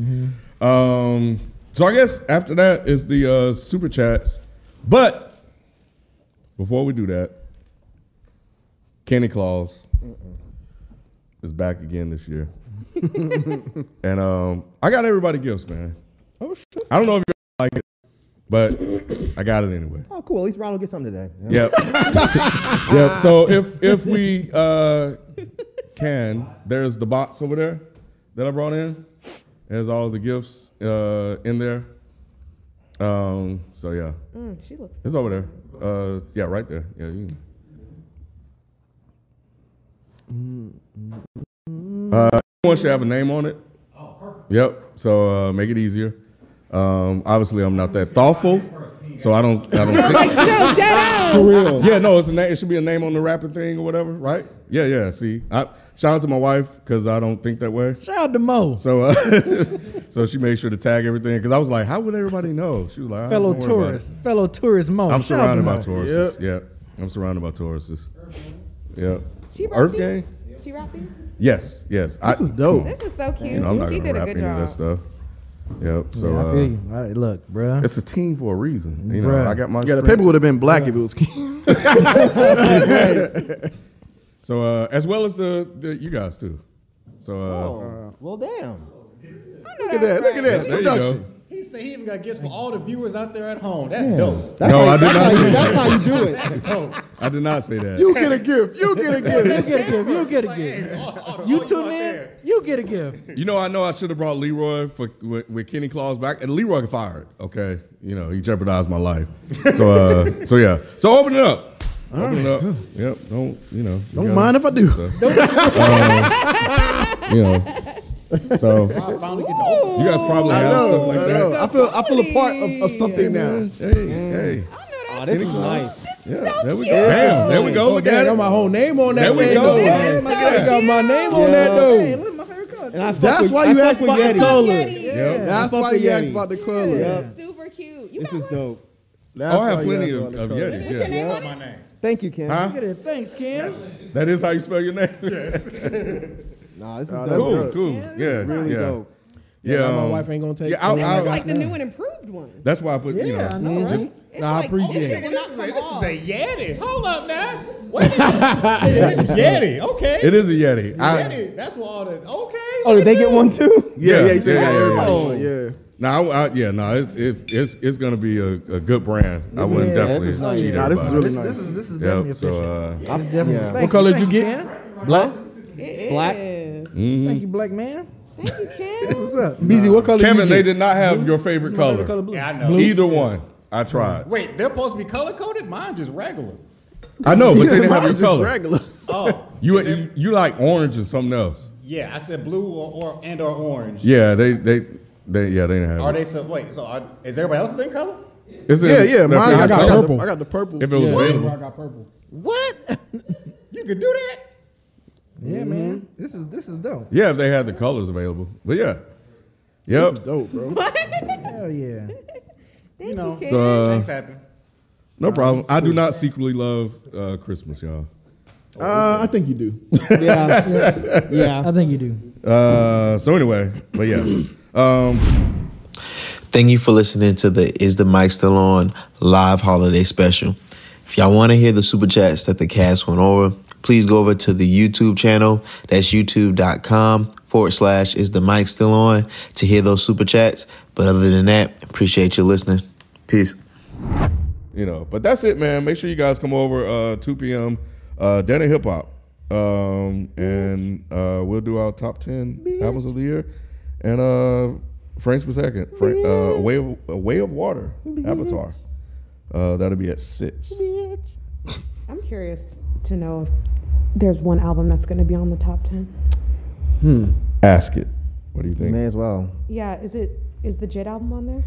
S4: Um, So I guess after that is the uh, super chats. But before we do that, Kenny Claus is back again this year. and um, I got everybody gifts, man.
S3: Oh, shit.
S4: I don't know if you like it, but I got it anyway.
S5: Oh, cool. At least Ronald gets something today. Yeah.
S4: Yep. yep. So if if we uh, can, there's the box over there that I brought in. There's all the gifts uh, in there. Um, so yeah,
S1: Mm, she looks.
S4: it's over there. Uh, yeah, right there. Yeah. You
S1: Mm-hmm.
S4: can. Uh, everyone should have a name on it. Yep. So uh, make it easier. Um, obviously, I'm not that thoughtful, so I don't. I don't. Think
S1: Like, yo, dead ass.
S4: yeah, no, it's a na- it should be a name on the wrapping thing or whatever, right? Yeah, yeah. See, I, shout out to my wife because I don't think that way.
S9: Shout out to Mo,
S4: So, uh, so she made sure to tag everything because I was like, how would everybody know? She was like, I
S9: fellow
S4: don't worry about it.
S9: tourist, fellow tourist Mo.
S4: I'm
S9: Shout out to
S4: surrounded by
S9: Mo.
S4: Tauruses. Yeah, I'm surrounded by Tauruses. Yeah.
S1: She wrote
S4: Earth
S1: these?
S4: Gang?
S1: She wrapped these.
S4: Yes, yes. This
S7: is dope.
S1: This is so cute.
S4: You know, I'm not
S1: she
S4: gonna
S1: did a
S4: wrap
S1: good
S4: any of
S1: job.
S4: that stuff. Yep. So
S9: Yeah, I
S4: uh,
S9: feel you. All right, look, bruh.
S4: it's a team for a reason. You know,
S9: Bruh.
S4: I got my
S7: Yeah, the
S4: strengths.
S7: paper would have been black if it was Ken.
S4: So uh, as well as the, the you guys too. So uh,
S5: Well, damn.
S1: Look at that.
S7: Look at that
S4: there you go.
S7: production.
S8: He said he even got gifts for all the viewers out there at home. That's dope.
S5: That's
S4: No,
S5: how you,
S4: I did
S5: that's
S4: not
S5: how you-
S4: see
S5: That's how you do it.
S8: That's dope.
S4: I did not say that.
S7: You get a gift. You get a gift.
S9: You get a gift. You get a
S8: Like,
S9: gift.
S8: hey, all- all the- oh, all
S9: You
S8: out
S9: tune in.
S8: there.
S9: You get a gift.
S4: You know, I know I should have brought Leroy for with, with Kenny Claus back, and Leroy got fired. Okay, you know he jeopardized my life. So, uh, so yeah. So open it up. open it up. Yep. Don't you know?
S7: Don't mind if I do.
S4: Um, you know. So
S8: I finally get to open
S4: you guys probably
S7: I
S4: have
S7: know.
S4: stuff like
S7: I,
S4: that.
S7: know. I feel. I feel a part of, of something now.
S4: Hey, hey.
S1: Oh,
S4: Kenny
S1: that's
S4: Claus.
S1: nice.
S4: Yeah. there we go. Damn. There we go.
S3: Oh,
S4: Look
S3: damn,
S4: at
S3: got
S4: it.
S3: my whole name on
S4: There
S3: that.
S4: we
S3: thing,
S4: go.
S3: though.
S4: This
S1: is
S3: Look
S1: so
S3: at that. got my name on that
S5: Hey,
S3: though.
S5: look, my favorite color.
S7: That's why you asked about the color.
S4: Yep.
S7: That's
S5: fuck
S7: why
S5: with
S7: you asked
S5: Yeti.
S7: about the color.
S1: Super cute. You
S5: This
S1: got
S5: is
S1: one?
S5: dope.
S7: That's
S4: Oh, I have
S7: why you
S4: plenty
S7: asked
S4: of,
S7: about the
S4: of
S7: color.
S4: Yetis.
S1: Is your
S4: Yeah.
S1: name on
S8: my
S1: it?
S8: name.
S5: Thank you, Ken.
S4: Huh?
S9: Look at it. Thanks, Ken.
S4: That is how you spell your name.
S5: Nah, this is
S7: Nah,
S5: dope.
S7: that's
S4: Cool.
S7: dope.
S4: Cool. Yeah.
S5: Really
S4: yeah.
S5: dope.
S4: Yeah.
S3: Now my
S4: um,
S3: wife ain't gonna take.
S4: Yeah. I'll,
S3: it.
S4: I'll,
S1: Like the new and improved one.
S4: that's why I put. you know,
S9: Yeah, I know, right?
S1: It's
S3: Nah, I
S1: like,
S3: appreciate
S1: oh,
S3: it.
S1: This is a,
S8: This is a Yeti. Hold up now. Wait a minute. It's Yeti. Okay.
S4: It is a Yeti. I-
S8: Yeti. That's what all the. Okay.
S5: Oh, did they get one too?
S4: Yeah, yeah,
S7: he said
S4: yeah, yeah,
S7: everybody. yeah.
S4: No, I, I, yeah, no, it's it, it's it's gonna be a, a good brand. I wouldn't
S5: yeah,
S4: definitely.
S5: this is nice.
S4: cheat
S7: Nah, this is
S4: everybody.
S7: really
S9: This,
S7: nice.
S9: this is this is
S4: Yep,
S9: definitely
S4: so
S9: official.
S4: uh,
S9: It's definitely.
S5: Yeah.
S9: Thank
S3: What
S9: you,
S3: color did
S9: thank
S3: you get?
S9: Ken.
S5: Black.
S1: It
S5: Black.
S1: is.
S9: Thank you, black man.
S1: Thank you, Ken.
S9: What's up?
S3: BZ, what color?
S4: Kevin,
S3: you get?
S4: they did not have your favorite color.
S9: color blue.
S8: Yeah, I know.
S4: Either one, I tried.
S8: Wait, they're supposed to be color coded. Mine just regular.
S4: I know, but they didn't
S7: Mine
S4: have your
S7: is just
S4: color.
S7: regular.
S8: Oh,
S4: You, you you like orange or something else?
S8: yeah. I said blue or, or and or orange.
S4: Yeah, they they they yeah they didn't have.
S8: Are
S4: it.
S8: they so? Wait. So are, is everybody else the same color?
S4: It's in-
S7: Yeah, yeah.
S4: they're
S7: Mine,
S4: favorite
S7: I got
S4: color.
S7: purple.
S3: purple.
S7: I got the purple.
S4: If it was
S3: I
S4: available,
S3: got purple.
S9: What?
S8: You could do that.
S9: Yeah, man. This is this is dope.
S4: yeah, if they had the colors available, but yeah,
S7: This is
S4: yep.
S7: dope, bro.
S9: Hell yeah.
S1: Thank
S8: You know.
S1: you, Ken.
S4: So, uh,
S8: Things happen.
S4: No problem. I do not secretly love uh, Christmas, y'all.
S7: Uh, I think you do.
S5: Yeah. yeah.
S9: I think you do.
S4: Uh, so anyway, but yeah. Um,
S10: Thank you for listening to the Is the Mic Still On live holiday special. If y'all want to hear the super chats that the cast went over, please go over to the YouTube channel. That's youtube.com forward slash Is the Mic Still On to hear those super chats. But other than that, appreciate you listening. Peace.
S4: you know. But that's it, man. Make sure you guys come over uh, 2 p.m. Uh, Danny Hip Hop, um, and uh, we'll do our top 10 albums of the year, and uh, Frank's per second, Frank, uh, a way of a way of water, Avatar. Uh, that'll be at six.
S1: I'm curious to know if there's one album that's going to be on the top 10.
S4: Ask it. What do you think?
S5: May as well.
S1: Yeah, is it is the Jid album on there?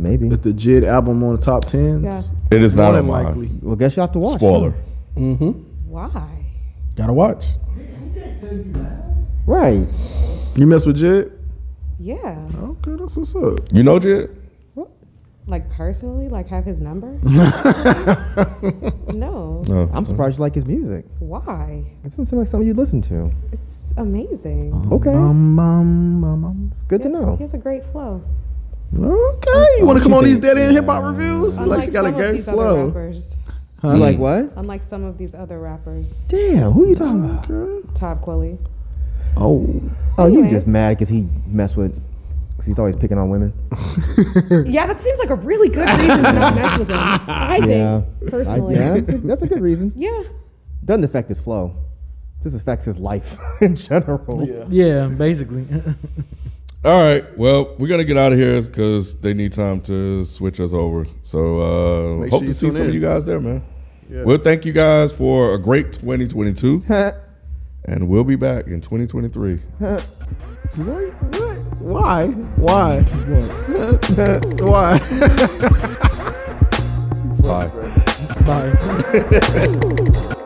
S5: Maybe.
S7: Is the Jid album on the top tens?
S1: Yeah.
S4: It is
S7: More
S4: not on
S7: than
S4: mine.
S7: likely.
S5: Well, guess you have to watch.
S4: Spoiler.
S1: Why?
S3: Gotta watch.
S5: huh? Right.
S7: You mess with Jid?
S1: Yeah.
S7: Okay, that's what's up.
S4: You know, Jid.
S1: Like personally, like have his number? no.
S4: No.
S5: I'm surprised you like his music.
S1: Why?
S5: It doesn't seem like something you'd listen to.
S1: It's amazing.
S5: Okay.
S7: Bum, bum, bum, bum.
S5: Good to
S1: Yeah, He
S7: Oh.
S5: know.
S1: has a great flow.
S7: Okay, you want to come on these dead end hip hop reviews? Like
S9: Unlike
S7: she got a
S9: some of
S7: gay
S9: these other
S7: flow.
S9: rappers.
S5: You like what?
S9: Unlike some of these other rappers,
S5: Damn, who you talking about?
S9: Todd Quilly.
S7: Oh,
S5: Oh, you
S9: Anyways.
S5: just mad because he messed with, because he's always picking on women.
S9: Yeah, that seems like a really good reason to not mess with him. I
S5: Yeah.
S9: think personally.
S5: I, yeah, that's a, that's a good reason.
S9: yeah.
S5: Doesn't affect his flow. Just affects his life in general. Yeah.
S3: Yeah, basically.
S4: All right. Well, we're gonna get out of here because they need time to switch us over. So uh,
S7: Make
S4: hope
S7: sure
S4: to
S7: you
S4: see
S7: tune
S4: some of
S7: in.
S4: you guys there, man. Well, thank you guys for a great 2022, and we'll be back in 2023.
S7: What? What? Why? Why? Why?
S4: Bye.
S3: Bye.